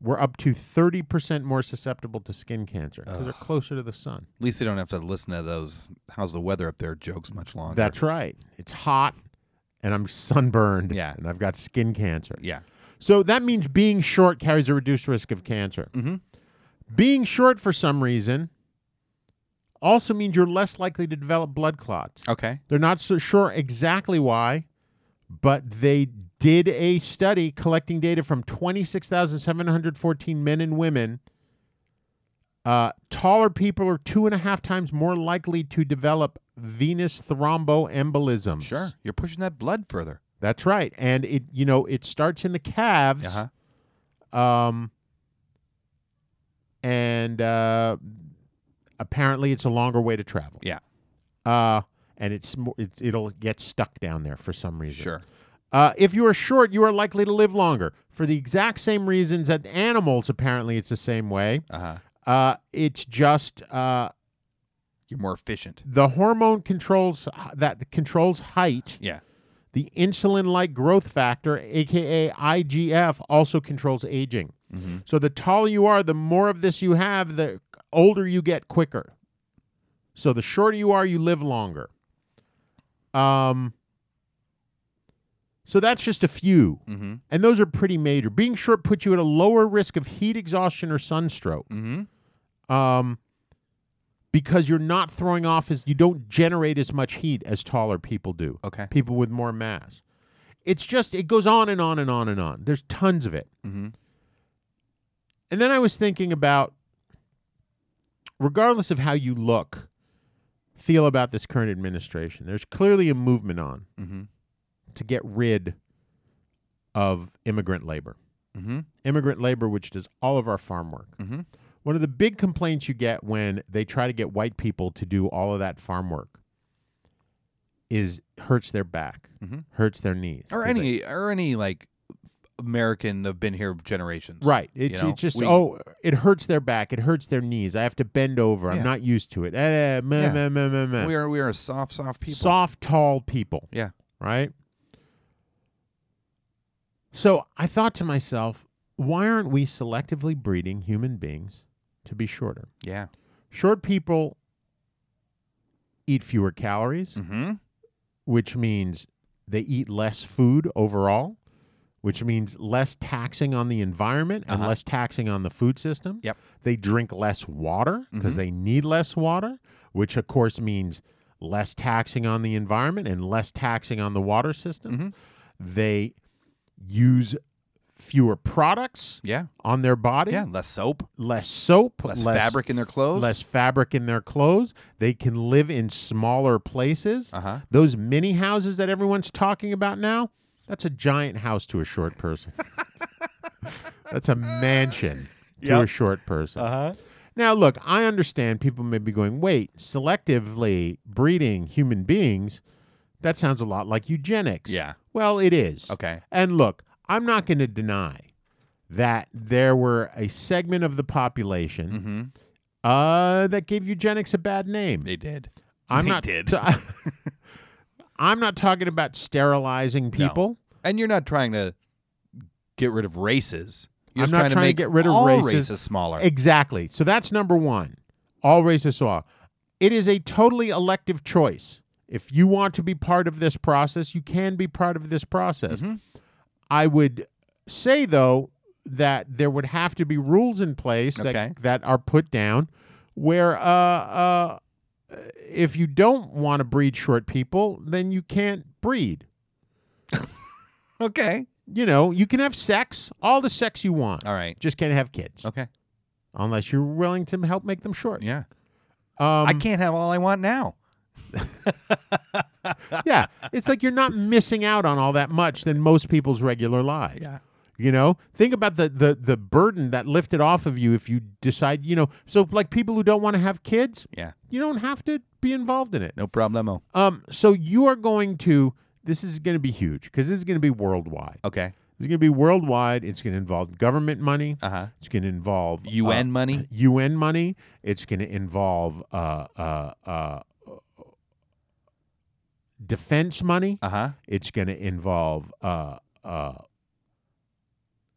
were up to 30% more susceptible to skin cancer because they're closer to the sun
At least they don't have to listen to those "How's the weather up there?" jokes much longer.
That's right. It's hot and I'm sunburned
Yeah.
and I've got skin cancer.
yeah.
So that means being short
Mm-hmm.
carries a reduced risk of cancer.
Mhm.
Being short for some reason also means you're less likely to develop blood clots.
Okay.
They're not so sure exactly why, but they did a study collecting data from 26,714 men and women. Uh, taller people are two and a half times more likely to develop venous thromboembolism.
Sure. You're pushing that blood further.
That's right. And it, you know, it starts in the calves.
Uh-huh.
Um, and uh, apparently, it's a longer way to travel.
Yeah.
Uh, and it's more, it, it'll get stuck down there for some reason.
Sure.
Uh, if you are short, you are likely to live longer for the exact same reasons that animals. Apparently, it's the same way.
Uh-huh.
Uh, it's just uh,
You're more efficient.
the hormone controls that controls height.
Yeah.
The insulin like growth factor, aka IGF, also controls aging. So the taller you are, the more of this you have, the older you get quicker. So the shorter you are, you live longer. Um, so that's just a few.
Mhm.
And those are pretty major. Being short puts you at a lower risk of heat exhaustion or sunstroke
Mm-hmm.
um, because you're not throwing off as you don't generate as much heat as taller people do.
Okay.
people with more mass. It's just it goes on and on and on and on. There's tons of it.
Mhm.
And then I was thinking about, regardless of how you look, feel about this current administration. There's clearly a movement on
Mhm.
to get rid of immigrant labor
Mm-hmm.
immigrant labor, which does all of our farm work.
Mhm.
One of the big complaints you get when they try to get white people to do all of that farm work is hurts their back,
Mhm.
hurts their knees,
Or
Is it-
any or any like American that have been here generations.
right? It's,
know,
it's just
we-
oh, it hurts their back, it hurts their knees. I have to bend over.
Yeah.
I'm not used to it. Eh, meh,
Yeah.
meh, meh, meh, meh.
We are we are a soft, soft people.
soft, tall people.
Yeah.
right? So I thought to myself, why aren't we selectively breeding human beings to be shorter?
Yeah.
Short people eat fewer calories,
Mm-hmm.
which means they eat less food overall, which means less taxing on the environment and
Uh-huh.
less taxing on the food system.
Yep.
They drink less water because
Mhm.
they need less water, which of course means less taxing on the environment and less taxing on the water
Mm-hmm.
system. They use fewer products
Yeah.
on their body,
Yeah. Less soap.
less soap,
Less, fabric in their clothes.
less fabric in their clothes. They can live in smaller places.
Uh-huh.
Those mini houses that everyone's talking about now, that's a giant house to a short person. that's a mansion to a
Yep.
short person. Uh-huh. Now, look, I understand people may be going, wait, selectively breeding human beings, that sounds a lot like eugenics.
Yeah.
Well, it is.
Okay.
And look, I'm not going to deny that there were a segment of the population
Mm-hmm.
uh, that gave eugenics a bad name.
They did.
I'm
they
not.
did.
ta- I'm not talking about sterilizing people.
And you're not trying to get rid of races. You're
I'm
just
not
trying,
trying to
make
get rid of
all
races.
smaller.
Exactly. So that's number one. All races are. It is a totally elective choice. If you want to be part of this process, you can be part of this process.
Mm-hmm.
I would say though that there would have to be rules in place
Okay.
that that are put down where uh, uh, if you don't want to breed short people, then you can't breed.
okay.
you know, you can have sex, all the sex you want.
All right.
Just can't have kids
Okay.
unless you're willing to help make them short.
Yeah.
Um,
I can't have all I want now.
yeah, it's like you're not missing out on all that much than most people's regular lives.
Yeah.
You know, think about the the the burden that lifted off of you if you decide, you know, so like people who don't want to have kids,
Yeah.
you don't have to be involved in it.
No problemo.
Um, so you are going to this is going to be huge because this is going to be worldwide.
Okay.
It's going to be worldwide. It's going to involve government money.
Uh huh.
It's going to involve uh,
UN money.
UN money. It's going to involve uh, uh, uh, defense money.
Uh huh.
It's going to involve uh, uh,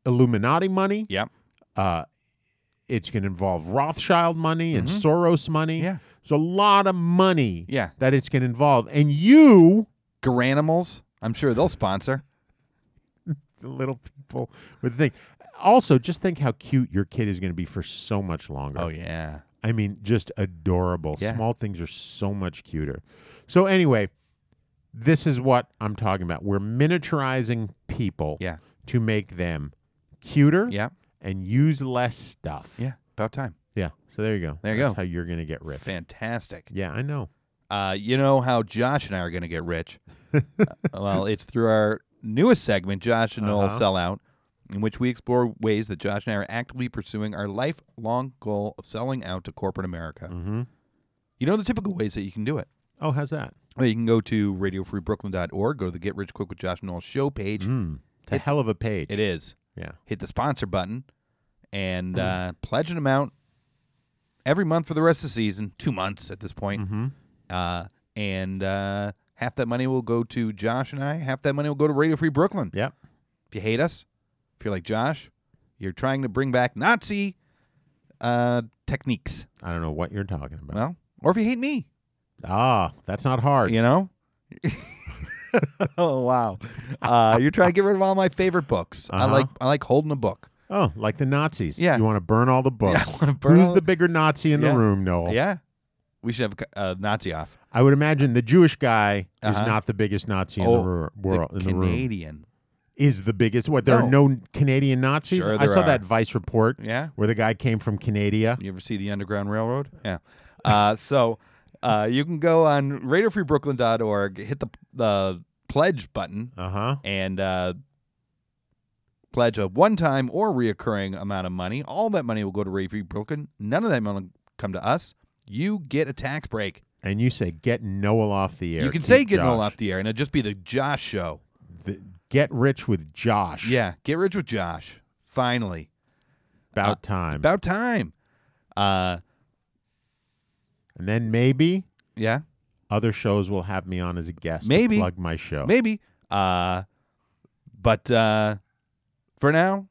Illuminati money.
Yep.
Uh, it's going to involve Rothschild money and Soros money.
Mm-hmm. Yeah.
It's a lot of money
Yeah.
that it's going to involve. And you,
Garanimals. I'm sure they'll sponsor.
the little people, would think. Also, just think how cute your kid is going to be for so much longer.
Oh yeah.
I mean, just adorable.
Yeah.
Small things are so much cuter. So anyway, this is what I'm talking about. We're miniaturizing people
Yeah.
to make them cuter
Yeah.
and use less stuff.
Yeah. About time.
Yeah. So there you go.
There you
That's
go.
how you're going to get rich.
Fantastic.
Yeah, I know.
Uh, you know how Josh and I are going to get rich? Uh, well, it's through our newest segment, Josh and Noel Sell Out, in which we explore ways that Josh and I are actively pursuing our lifelong goal of selling out to corporate America. Mm-hmm. You know the typical ways that you can do it.
Oh, how's that?
Well, You can go to radiofreebrooklyn.org, go to the Get Rich Quick with Josh and Noel show page.
Mm. It's a hell of a page.
It is.
Yeah.
Hit the sponsor button and uh, pledge an amount every month for the rest of the season, two months at this point.
Mm-hmm.
Uh, and uh, half that money will go to Josh and I, half that money will go to Radio Free Brooklyn.
Yep.
If you hate us, if you're like Josh, you're trying to bring back Nazi uh, techniques.
I don't know what you're talking about.
Well, or if you hate me,
ah, that's not hard.
you know? oh wow. Uh, you're trying to get rid of all my favorite books. I
Uh-huh.
like I like holding a book.
Oh, like the Nazis.
Yeah.
You want to burn all the books.
I wanna burn
Who's
all-
the bigger Nazi in
Yeah.
the room, Noel?
Yeah. We should have a co- a uh, Nazi off.
I would imagine the Jewish guy
Uh-huh.
is not the biggest Nazi in
Oh,
the ru- world. in the room
Canadian.
is the biggest. What? There are
No.
no Canadian Nazis.
Sure
I
there
saw
are.
that Vice report.
Yeah.
Where the guy came from Canada.
You ever see the Underground Railroad? Yeah. Uh, so uh, you can go on radiofreebrooklyn.org, hit the the pledge button,
Uh huh.
and uh, pledge a one-time or reoccurring amount of money. All that money will go to Radio Free Brooklyn. None of that money will come to us. You get a tax break.
And you say get Noel off the air.
you can
Keep
say get
Josh.
all off the air, and it'll just be the Josh show.
The- get rich with Josh.
Yeah, get rich with Josh. Finally,
About time.
uh, about time. Uh,
and then maybe
yeah.
other shows will have me on as a guest. to
Maybe.
plug my show.
Maybe. Uh, but uh, for now,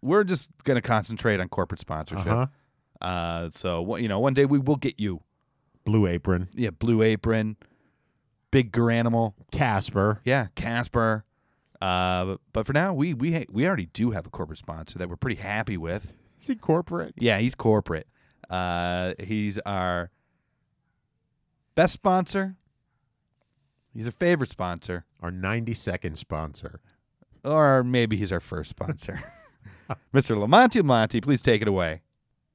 we're just going to concentrate on corporate sponsorship.
Uh-huh.
Uh, so wha- you know, one day we will get you,
Blue Apron,
yeah, Blue Apron, Big Granimal,
Casper.
yeah, Casper. Uh, but for now, we we ha- we already do have a corporate sponsor that we're pretty happy with.
Is he corporate?
Yeah, he's corporate. Uh, he's our best sponsor. He's our favorite sponsor.
Our 90 second sponsor.
or maybe he's our first sponsor. Mr. Lamonti Monty, please take it away.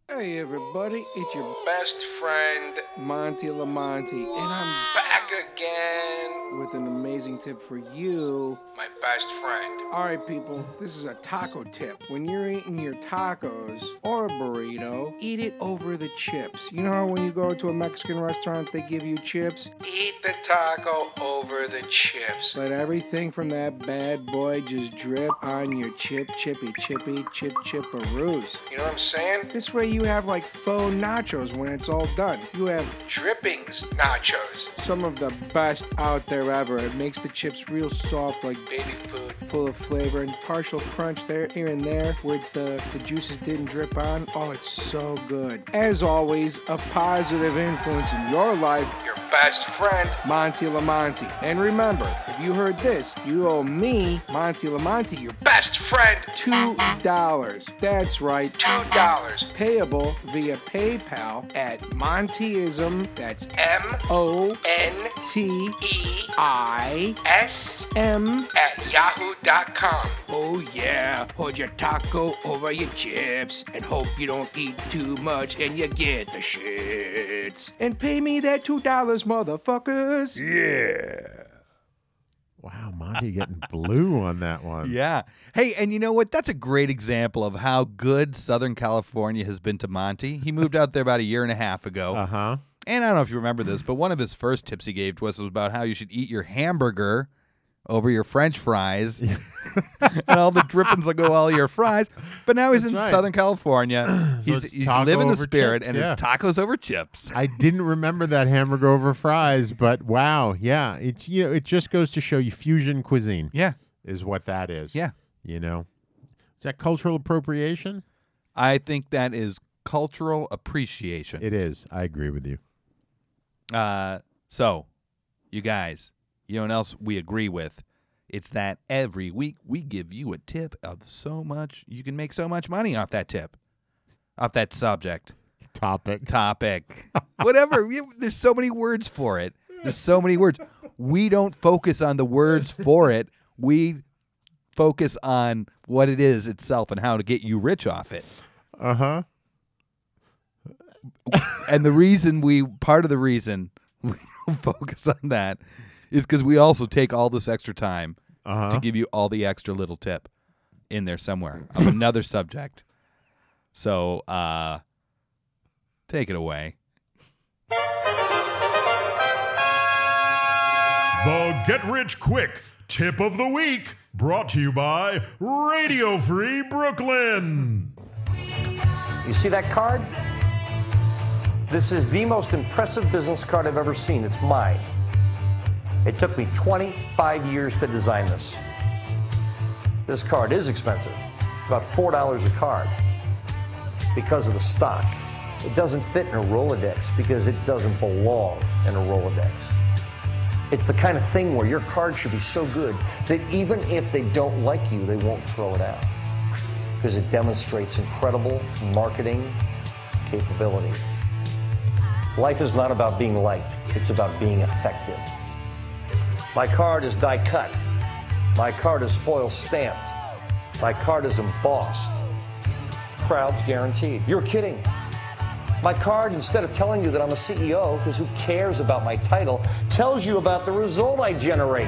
Hey everybody, it's your best friend Monty Lamonti, and I'm back again with an amazing tip for you, my best friend. All right, people, this is a taco tip. When you're eating your tacos or a burrito, eat it over the chips. You know how when you go to a Mexican restaurant, they give you chips? Eat the taco over the chips. Let everything from that bad boy just drip on your chip, chippy, chippy, chip, chipperoos. You know what I'm saying? This way you have like faux nachos when it's all done. You have drippings nachos. Some of the best out there ever. It makes the chips real soft like baby food, full of flavor and partial crunch there, here and there, where the, the juices didn't drip on. Oh, it's so good. As always, a positive influence in your life. Your best friend, Monty Lamonti. And remember, if you heard this, you owe me, Monty Lamonti, your best friend, $2. That's right, $2. Payable via PayPal at Montyism. That's M O N T E I S M at yahoo.com. Oh, yeah. Hold your taco over your chips and hope you don't eat too much and you get the shits. And pay me that $2, motherfuckers.
Wow, Monty getting blue on that one.
Yeah. Hey, and you know what? That's a great example of how good Southern California has been to Monty. He moved out there about a year and a half ago.
Uh huh.
And I don't know if you remember this, but one of his first tips he gave to us was about how you should eat your hamburger over your french fries. and all the drippings will go all your fries. But now he's
That's
in
right.
Southern California. he's
it's
he's
taco
living the
over
spirit
chips,
and
yeah.
it's tacos over chips.
I didn't remember that hamburger over fries, but wow, yeah, it's you know, it just goes to show you fusion cuisine
Yeah.
is what that is.
Yeah.
you know, is that cultural appropriation?
I think that is cultural appreciation.
It is. I agree with you.
uh, so, you guys, you know what else we agree with? It's that every week we give you a tip of so much you can make so much money off that tip, off that subject.
Topic.
topic. Whatever. You- There's so many words for it. There's so many words. We don't focus on the words for it. We focus on what it is itself and how to get you rich off it.
Uh huh.
And the reason we, part of the reason we don't focus on that is because we also take all this extra time to give you all the extra little tip in there somewhere of another subject. So, uh, take it away.
The Get Rich Quick Tip of the Week, brought to you by Radio Free Brooklyn.
You see that card? This is the most impressive business card I've ever seen. It's mine. It took me 25 years to design this. This card is expensive. It's about $4 a card because of the stock. It doesn't fit in a Rolodex because it doesn't belong in a Rolodex. It's the kind of thing where your card should be so good that even if they don't like you, they won't throw it out because it demonstrates incredible marketing capability. Life is not about being liked, it's about being effective. My card is die cut. My card is foil stamped. My card is embossed. Crowds guaranteed. You're kidding. My card, instead of telling you that I'm a CEO, because who cares about my title, tells you about the result I generate.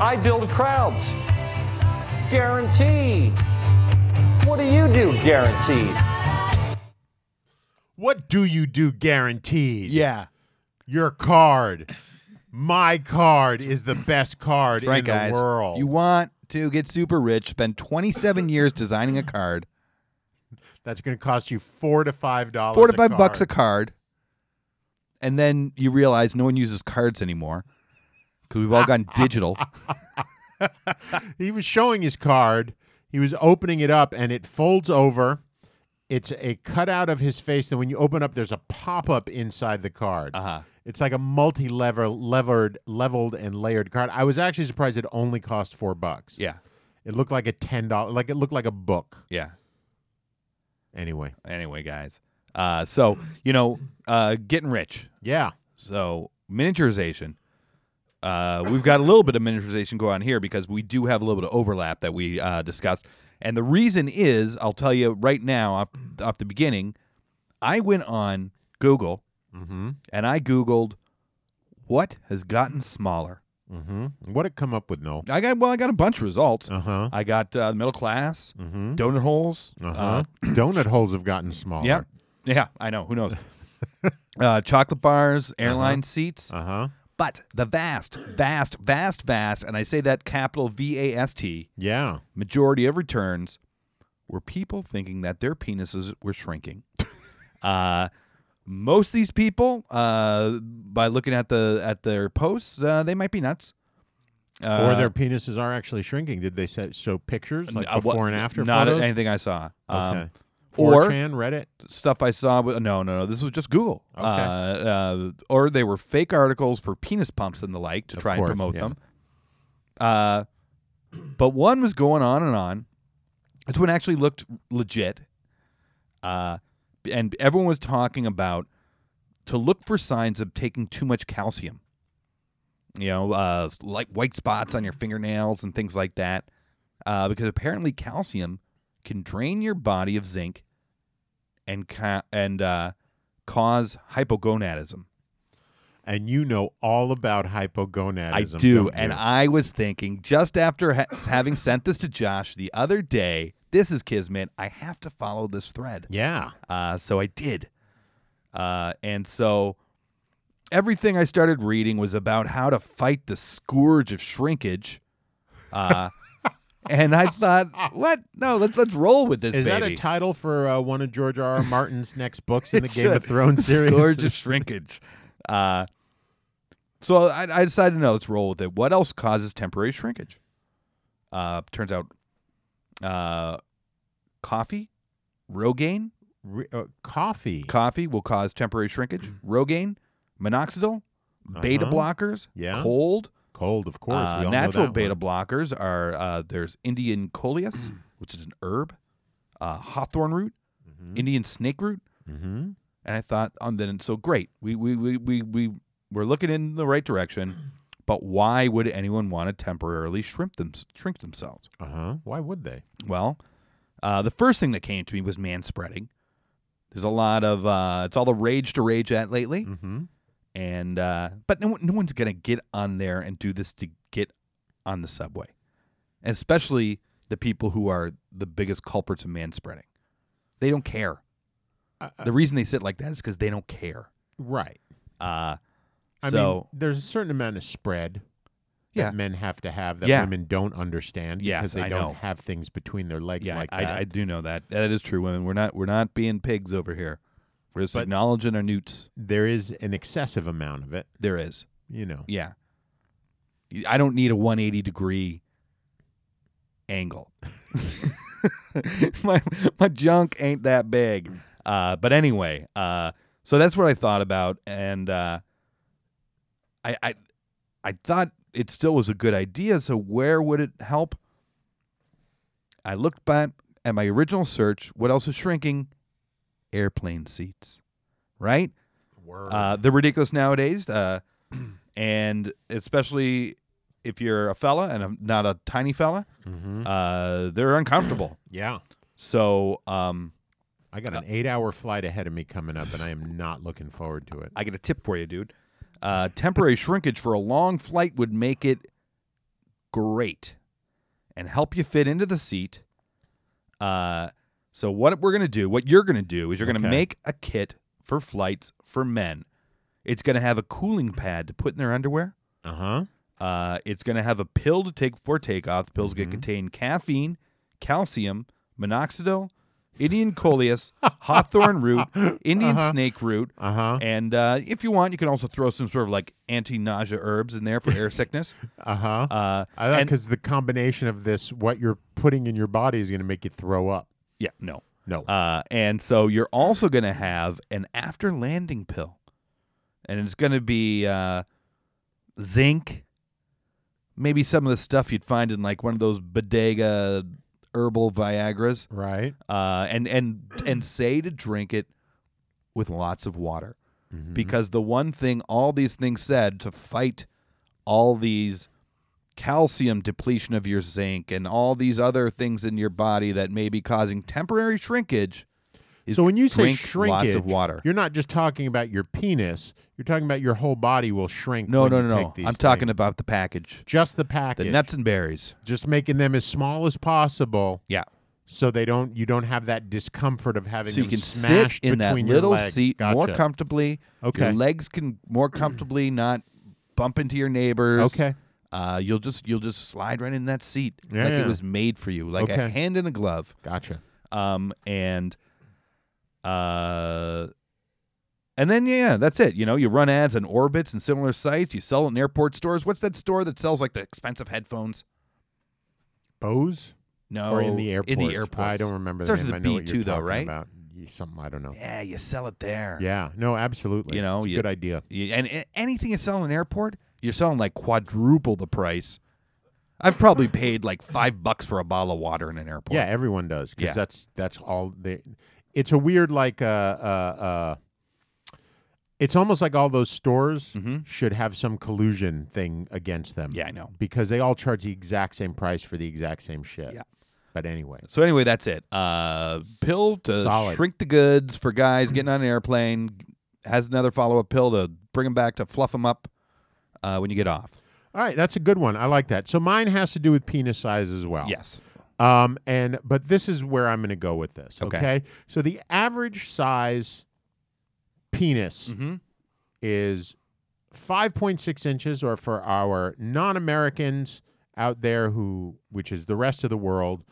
I build crowds. Guaranteed. What do you do, guaranteed?
What do you do guaranteed?
Yeah.
Your card. My card is the best card
That's right,
in
guys.
the world.
You want to get super rich, spend 27 years designing a card,
That's going to cost you four to five dollars.
four to five bucks a card, and then you realize no one uses cards anymore because we've all gone digital.
He was showing his card. He was opening it up, and it folds over. It's a cutout of his face. Then when you open up, there's a pop up inside the card. Uh
Uh-huh.
huh. It's like a multi lever levered, leveled, and layered card. I was actually surprised it only cost four bucks.
Yeah.
It looked like a ten dollar, like it looked like a book.
Yeah.
Anyway,
Anyway, guys. Uh, so, you know, uh, getting rich.
yeah,
So, miniaturization. Uh, we've got a little bit of miniaturization going on here because we do have a little bit of overlap that we uh, discussed. And the reason is, I'll tell you right now, off, off the beginning, I went on Google and I Googled what has gotten smaller.
hmm what it come up with? No,
I got, well, I got a bunch of results.
uh huh,
I got uh, middle class,
Mhm.
donut holes,
uh huh. Donut holes have gotten smaller.
yeah. Yeah, I know. Who knows? uh, chocolate bars, airline seats.
Uh huh.
But the vast, vast, vast, vast, and I say that capital V A S T,
Yeah.
majority of returns were people thinking that their penises were shrinking. uh, most of these people, uh, by looking at the at their posts, uh, they might be nuts. Uh,
or their penises are actually shrinking. Did they set, show pictures like
Uh, what-
before and after
Not
photos?
anything I saw. Um,
okay.
or-
4chan, Reddit.
stuff I saw. wa- No, no, no. This was just Google.
Okay.
Uh, uh, or they were fake articles for penis pumps and the like to try
course,
and promote
yeah.
them. Uh, but one was going on and on. This one actually looked legit. Uh, and everyone was talking about to look for signs of taking too much calcium. You know, uh, s- like white spots on your fingernails and things like that. Uh, because apparently calcium can drain your body of zinc and ca- and uh, cause hypogonadism.
And you know all about hypogonadism.
I do,
don't
and
you?
I was thinking just after ha- having sent this to Josh the other day. This is kismet. I have to follow this thread.
Yeah.
Uh, so I did. Uh, and so everything I started reading was about how to fight the scourge of shrinkage. Uh, and I thought, what? No, let's let's roll with this.
Is that
baby.
a title for uh, one of George R. R. Martin's next books in the
It
Game of
should.
Thrones series?
Scourge of Shrinkage. Uh, so I, I decided, no, let's roll with it. What else causes temporary shrinkage? Uh, turns out, uh, coffee, Rogaine,
Re- uh, coffee.
coffee will cause temporary shrinkage. Rogaine, minoxidil,
Mm.
beta
Uh-huh.
blockers,
Yeah.
cold.
Cold, of course.
Uh,
we all
natural
know that
beta
one.
blockers are uh, there's Indian coleus, which is an herb, uh, hawthorn root, Indian snake root,
Mm-hmm.
And I thought, um, then so great. We we we we we we're looking in the right direction, but why would anyone want to temporarily shrimp them shrink themselves?
Uh huh. Why would they?
Well, uh, the first thing that came to me was man spreading. There's a lot of uh, it's all the rage to rage at lately,
Mm-hmm.
and uh, but no, one- no one's gonna get on there and do this to get on the subway, and especially the people who are the biggest culprits of man spreading. They don't care. the reason they sit like that is because they don't care.
Right.
Uh,
I
so
mean, there's a certain amount of spread
Yeah.
that men have to have that
Yeah.
women don't understand
Yes,
because they
I
don't
know.
have things between their legs
yeah,
like
I,
that.
I do know that that is true. Women, we're not we're not being pigs over here. We're just
But-
acknowledging our newts.
there is an excessive amount of it,
There is.
you know.
Yeah. Y- I don't need a 180 degree angle. my my junk ain't that big. Uh, but anyway, uh, so that's what I thought about, and uh, I, I I thought it still was a good idea. So where would it help? I looked back at my original search. What else is shrinking? Airplane seats, right? Uh, they're ridiculous nowadays, uh, and especially if you're a fella and a, not a tiny fella, uh, they're uncomfortable.
Yeah.
so um,
I got an eight hour flight ahead of me coming up, and I am not looking forward to it.
I get a tip for you, dude. Uh, temporary shrinkage for a long flight would make it great and help you fit into the seat. Uh, so what we're gonna do, what you're gonna do, is you're gonna
Okay.
make a kit for flights for men. It's gonna have a cooling pad to put in their underwear.
Uh huh.
Uh, it's going to have a pill to take for takeoff. The
Mm-hmm.
pills going to contain caffeine, calcium, minoxidil, Indian coleus, hawthorn root,
Uh-huh.
Indian snake root,
Uh huh.
and uh, if you want, you can also throw some sort of like anti-nausea herbs in there for air sickness.
Uh huh.
Uh,
I thought
and-
because the combination of this, what you're putting in your body is going to make you throw up.
yeah, no.
No.
Uh, and so you're also going to have an after landing pill, and it's going to be uh, zinc, maybe some of the stuff you'd find in like one of those bodega herbal Viagra's,
right.
uh, and and and say to drink it with lots of water,
Mm-hmm.
because the one thing all these things said to fight all these calcium depletion of your zinc and all these other things in your body that may be causing temporary shrinkage. Is
So when you say
drink
shrinkage,
lots of water.
you're not just talking about your penis. You're talking about your whole body will shrink.
no,
when
no,
you
no,
take
no.
these
I'm talking
things.
about the package,
just the
the
package,
nuts and berries.
just making them as small as possible,
Yeah.
so they don't. You don't have that discomfort of having.
So you
them
can sit
smashed
in that
between your
little
legs.
seat more
Gotcha.
comfortably.
Okay.
Your legs can more comfortably not bump into your neighbors.
Okay.
Uh, you'll just you'll just slide right in that seat
Yeah,
like
yeah.
it was made for you, like
Okay.
a hand in a glove.
Gotcha.
um and uh and then yeah that's it you know you run ads on orbits and similar sites you sell it in airport stores what's that store that sells like the expensive headphones
Bose
no
or in the airport.
Oh, in the airport
I don't remember.
starts
the name.
with a
I know
B
what
too
you're
though
talking
right
About Y- something I don't know.
yeah you sell it there
Yeah. No. Absolutely.
You know,
It's a
you-
good idea.
You- and a- anything you sell in an airport you're selling like quadruple the price i've probably paid like five bucks for a bottle of water in an airport
Yeah, everyone does because
Yeah.
that's that's all they. It's a weird like uh uh uh. It's almost like all those stores should have some collusion thing against them.
Mm-hmm. Yeah, I know.
because they all charge the exact same price for the exact same shit.
Yeah.
but anyway,
So anyway, that's it. Uh, pill to
Solid.
shrink the goods for guys getting on an airplane. Has another follow up pill to bring them back to fluff them up uh, when you get off.
all right, that's a good one. I like that. So mine has to do with penis size as well.
Yes.
Um, and but this is where I'm going to go with this. Okay.
Okay.
So the average size penis
Mhm.
is 5.6 inches, or for our non-Americans out there who, which is the rest of the world,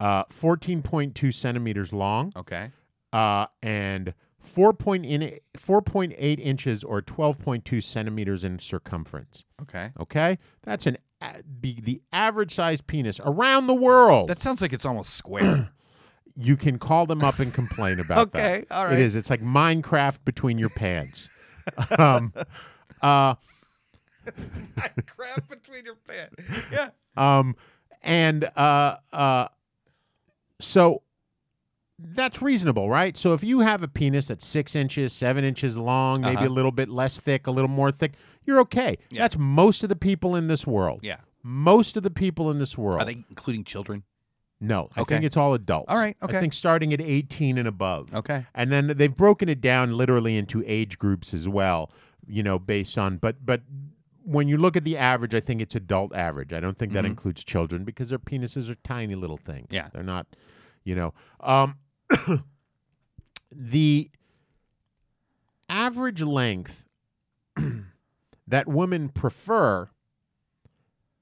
uh, 14.2 centimeters long,
Okay.
uh, and 4.8 4.8 inches or 12.2 centimeters in circumference.
Okay.
Okay, that's an a- be the average size penis around the world
That sounds like it's almost square.
you can call them up and complain about that.
Okay, all
It
right.
is. It's like Minecraft between your pants. um, uh,
Crap between your pants. Yeah.
um, and uh, uh, so that's reasonable, right? So if you have a penis that's six inches, seven inches long, maybe a little bit less thick, a little more thick, you're okay.
Uh-huh. Yeah.
That's most of the people in this world.
Yeah.
Most of the people in this world.
Are they including children?
No, I
Okay.
think it's all adults.
All right,
I
okay.
think starting at 18 and above.
Okay.
And then they've broken it down literally into age groups as well, you know, based on but but when you look at the average, I think it's adult average. I don't think that includes children because their penises are tiny little things.
Yeah.
They're not, you know. Um the average length that women prefer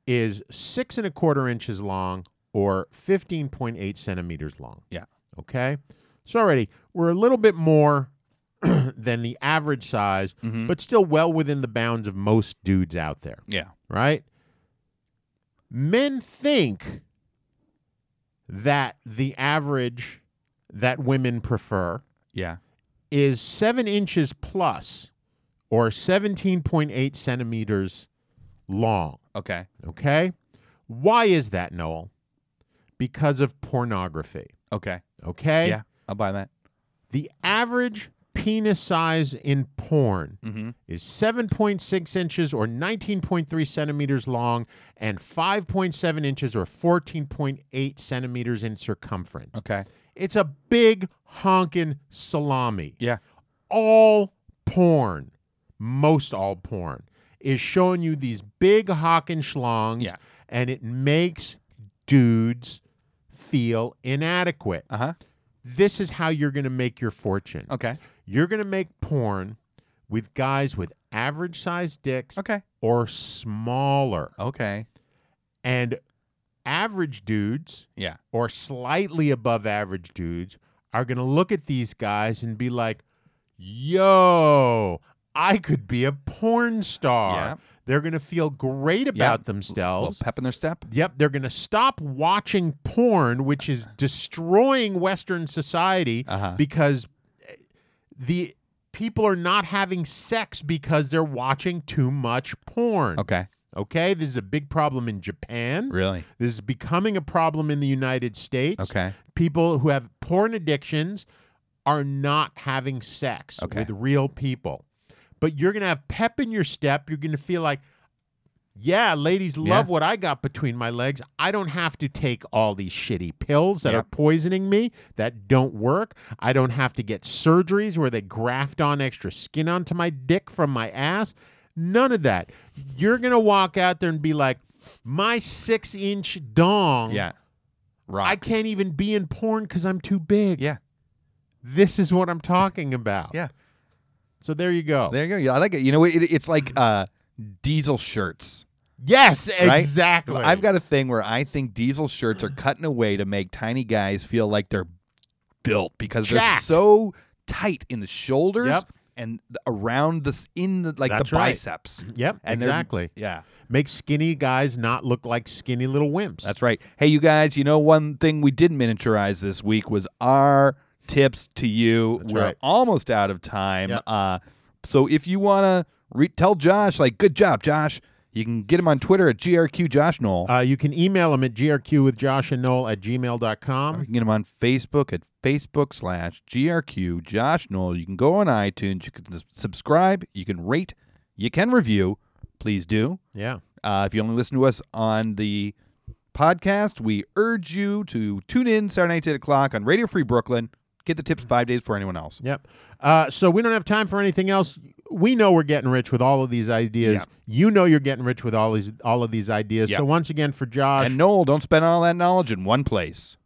is six and a quarter inches long or 15.8 centimeters long.
Yeah.
Okay. So already we're a little bit more than the average size, but still well within the bounds of most dudes out there,
Yeah.
right? Men think that the average that women prefer
Yeah.
is seven inches plus or 17.8 centimeters long.
Okay.
Okay? Why is that, Noel? Because of pornography.
Okay.
Okay?
Yeah. I'll buy that.
The average penis size in porn
Mm-hmm.
is 7.6 inches or 19.3 centimeters long and 5.7 inches or 14.8 centimeters in circumference.
Okay.
It's a big honkin' salami.
Yeah.
all porn, most all porn, is showing you these big hawking schlongs,
Yeah.
and it makes dudes feel inadequate.
Uh huh.
This is how you're going to make your fortune.
Okay.
You're going to make porn with guys with average sized dicks
Okay.
or smaller.
Okay.
And average dudes
Yeah.
or slightly above average dudes are going to look at these guys and be like, yo, I could be a porn star.
Yeah.
They're going to feel great about themselves.
Little pep in their step.
Yep, they're going to stop watching porn, which is destroying Western society
Uh-huh.
because eh, the people are not having sex because they're watching too much porn.
Okay.
Okay, this is a big problem in Japan.
Really?
This is becoming a problem in the United States.
Okay.
People who have porn addictions are not having sex
Okay.
with real people. But you're going to have pep in your step. You're going to feel like, yeah, ladies love
Yeah.
what I got between my legs. I don't have to take all these shitty pills that
Yeah.
are poisoning me that don't work. I don't have to get surgeries where they graft on extra skin onto my dick from my ass. None of that. You're going to walk out there and be like, my six inch dong,
Yeah. Right.
Oh. I can't even be in porn because I'm too big.
Yeah.
This is what I'm talking about.
Yeah.
So there you go.
Oh. There you go. Yeah, I like it. You know, it, it's like uh, diesel shirts.
Yes,
right?
exactly.
I've got a thing where I think diesel shirts are cutting away to make tiny guys feel like they're built because they're
Jacked.
so tight in the shoulders
Yep.
and th- around this in the like
That's
the
right.
biceps.
Yep,
And they're-
exactly.
Yeah.
Make skinny guys not look like skinny little wimps.
That's right. Hey, you guys, you know, one thing we did miniaturize this week was our tips to you. We're
right.
almost out of time.
Yep.
Uh, so if you want to re- tell Josh, like, good job, Josh, you can get him on Twitter at GRQ Josh Knoll.
Uh, you can email them at grq with Josh and Noel at gmail.com.
You can get him on Facebook at Facebook slash GRQ Josh Knoll. You can go on iTunes. You can s- subscribe. You can rate. You can review. Please do.
Yeah.
Uh, if you only listen to us on the podcast, we urge you to tune in Saturday nights at 8 o'clock on Radio Free Brooklyn. Get the tips five days before anyone else.
Yep. Uh, so we don't have time for anything else. We know we're getting rich with all of these ideas.
Yeah.
You know you're getting rich with all these all of these ideas.
Yep.
So once again for Josh,
And Noel, don't spend all that knowledge in one place.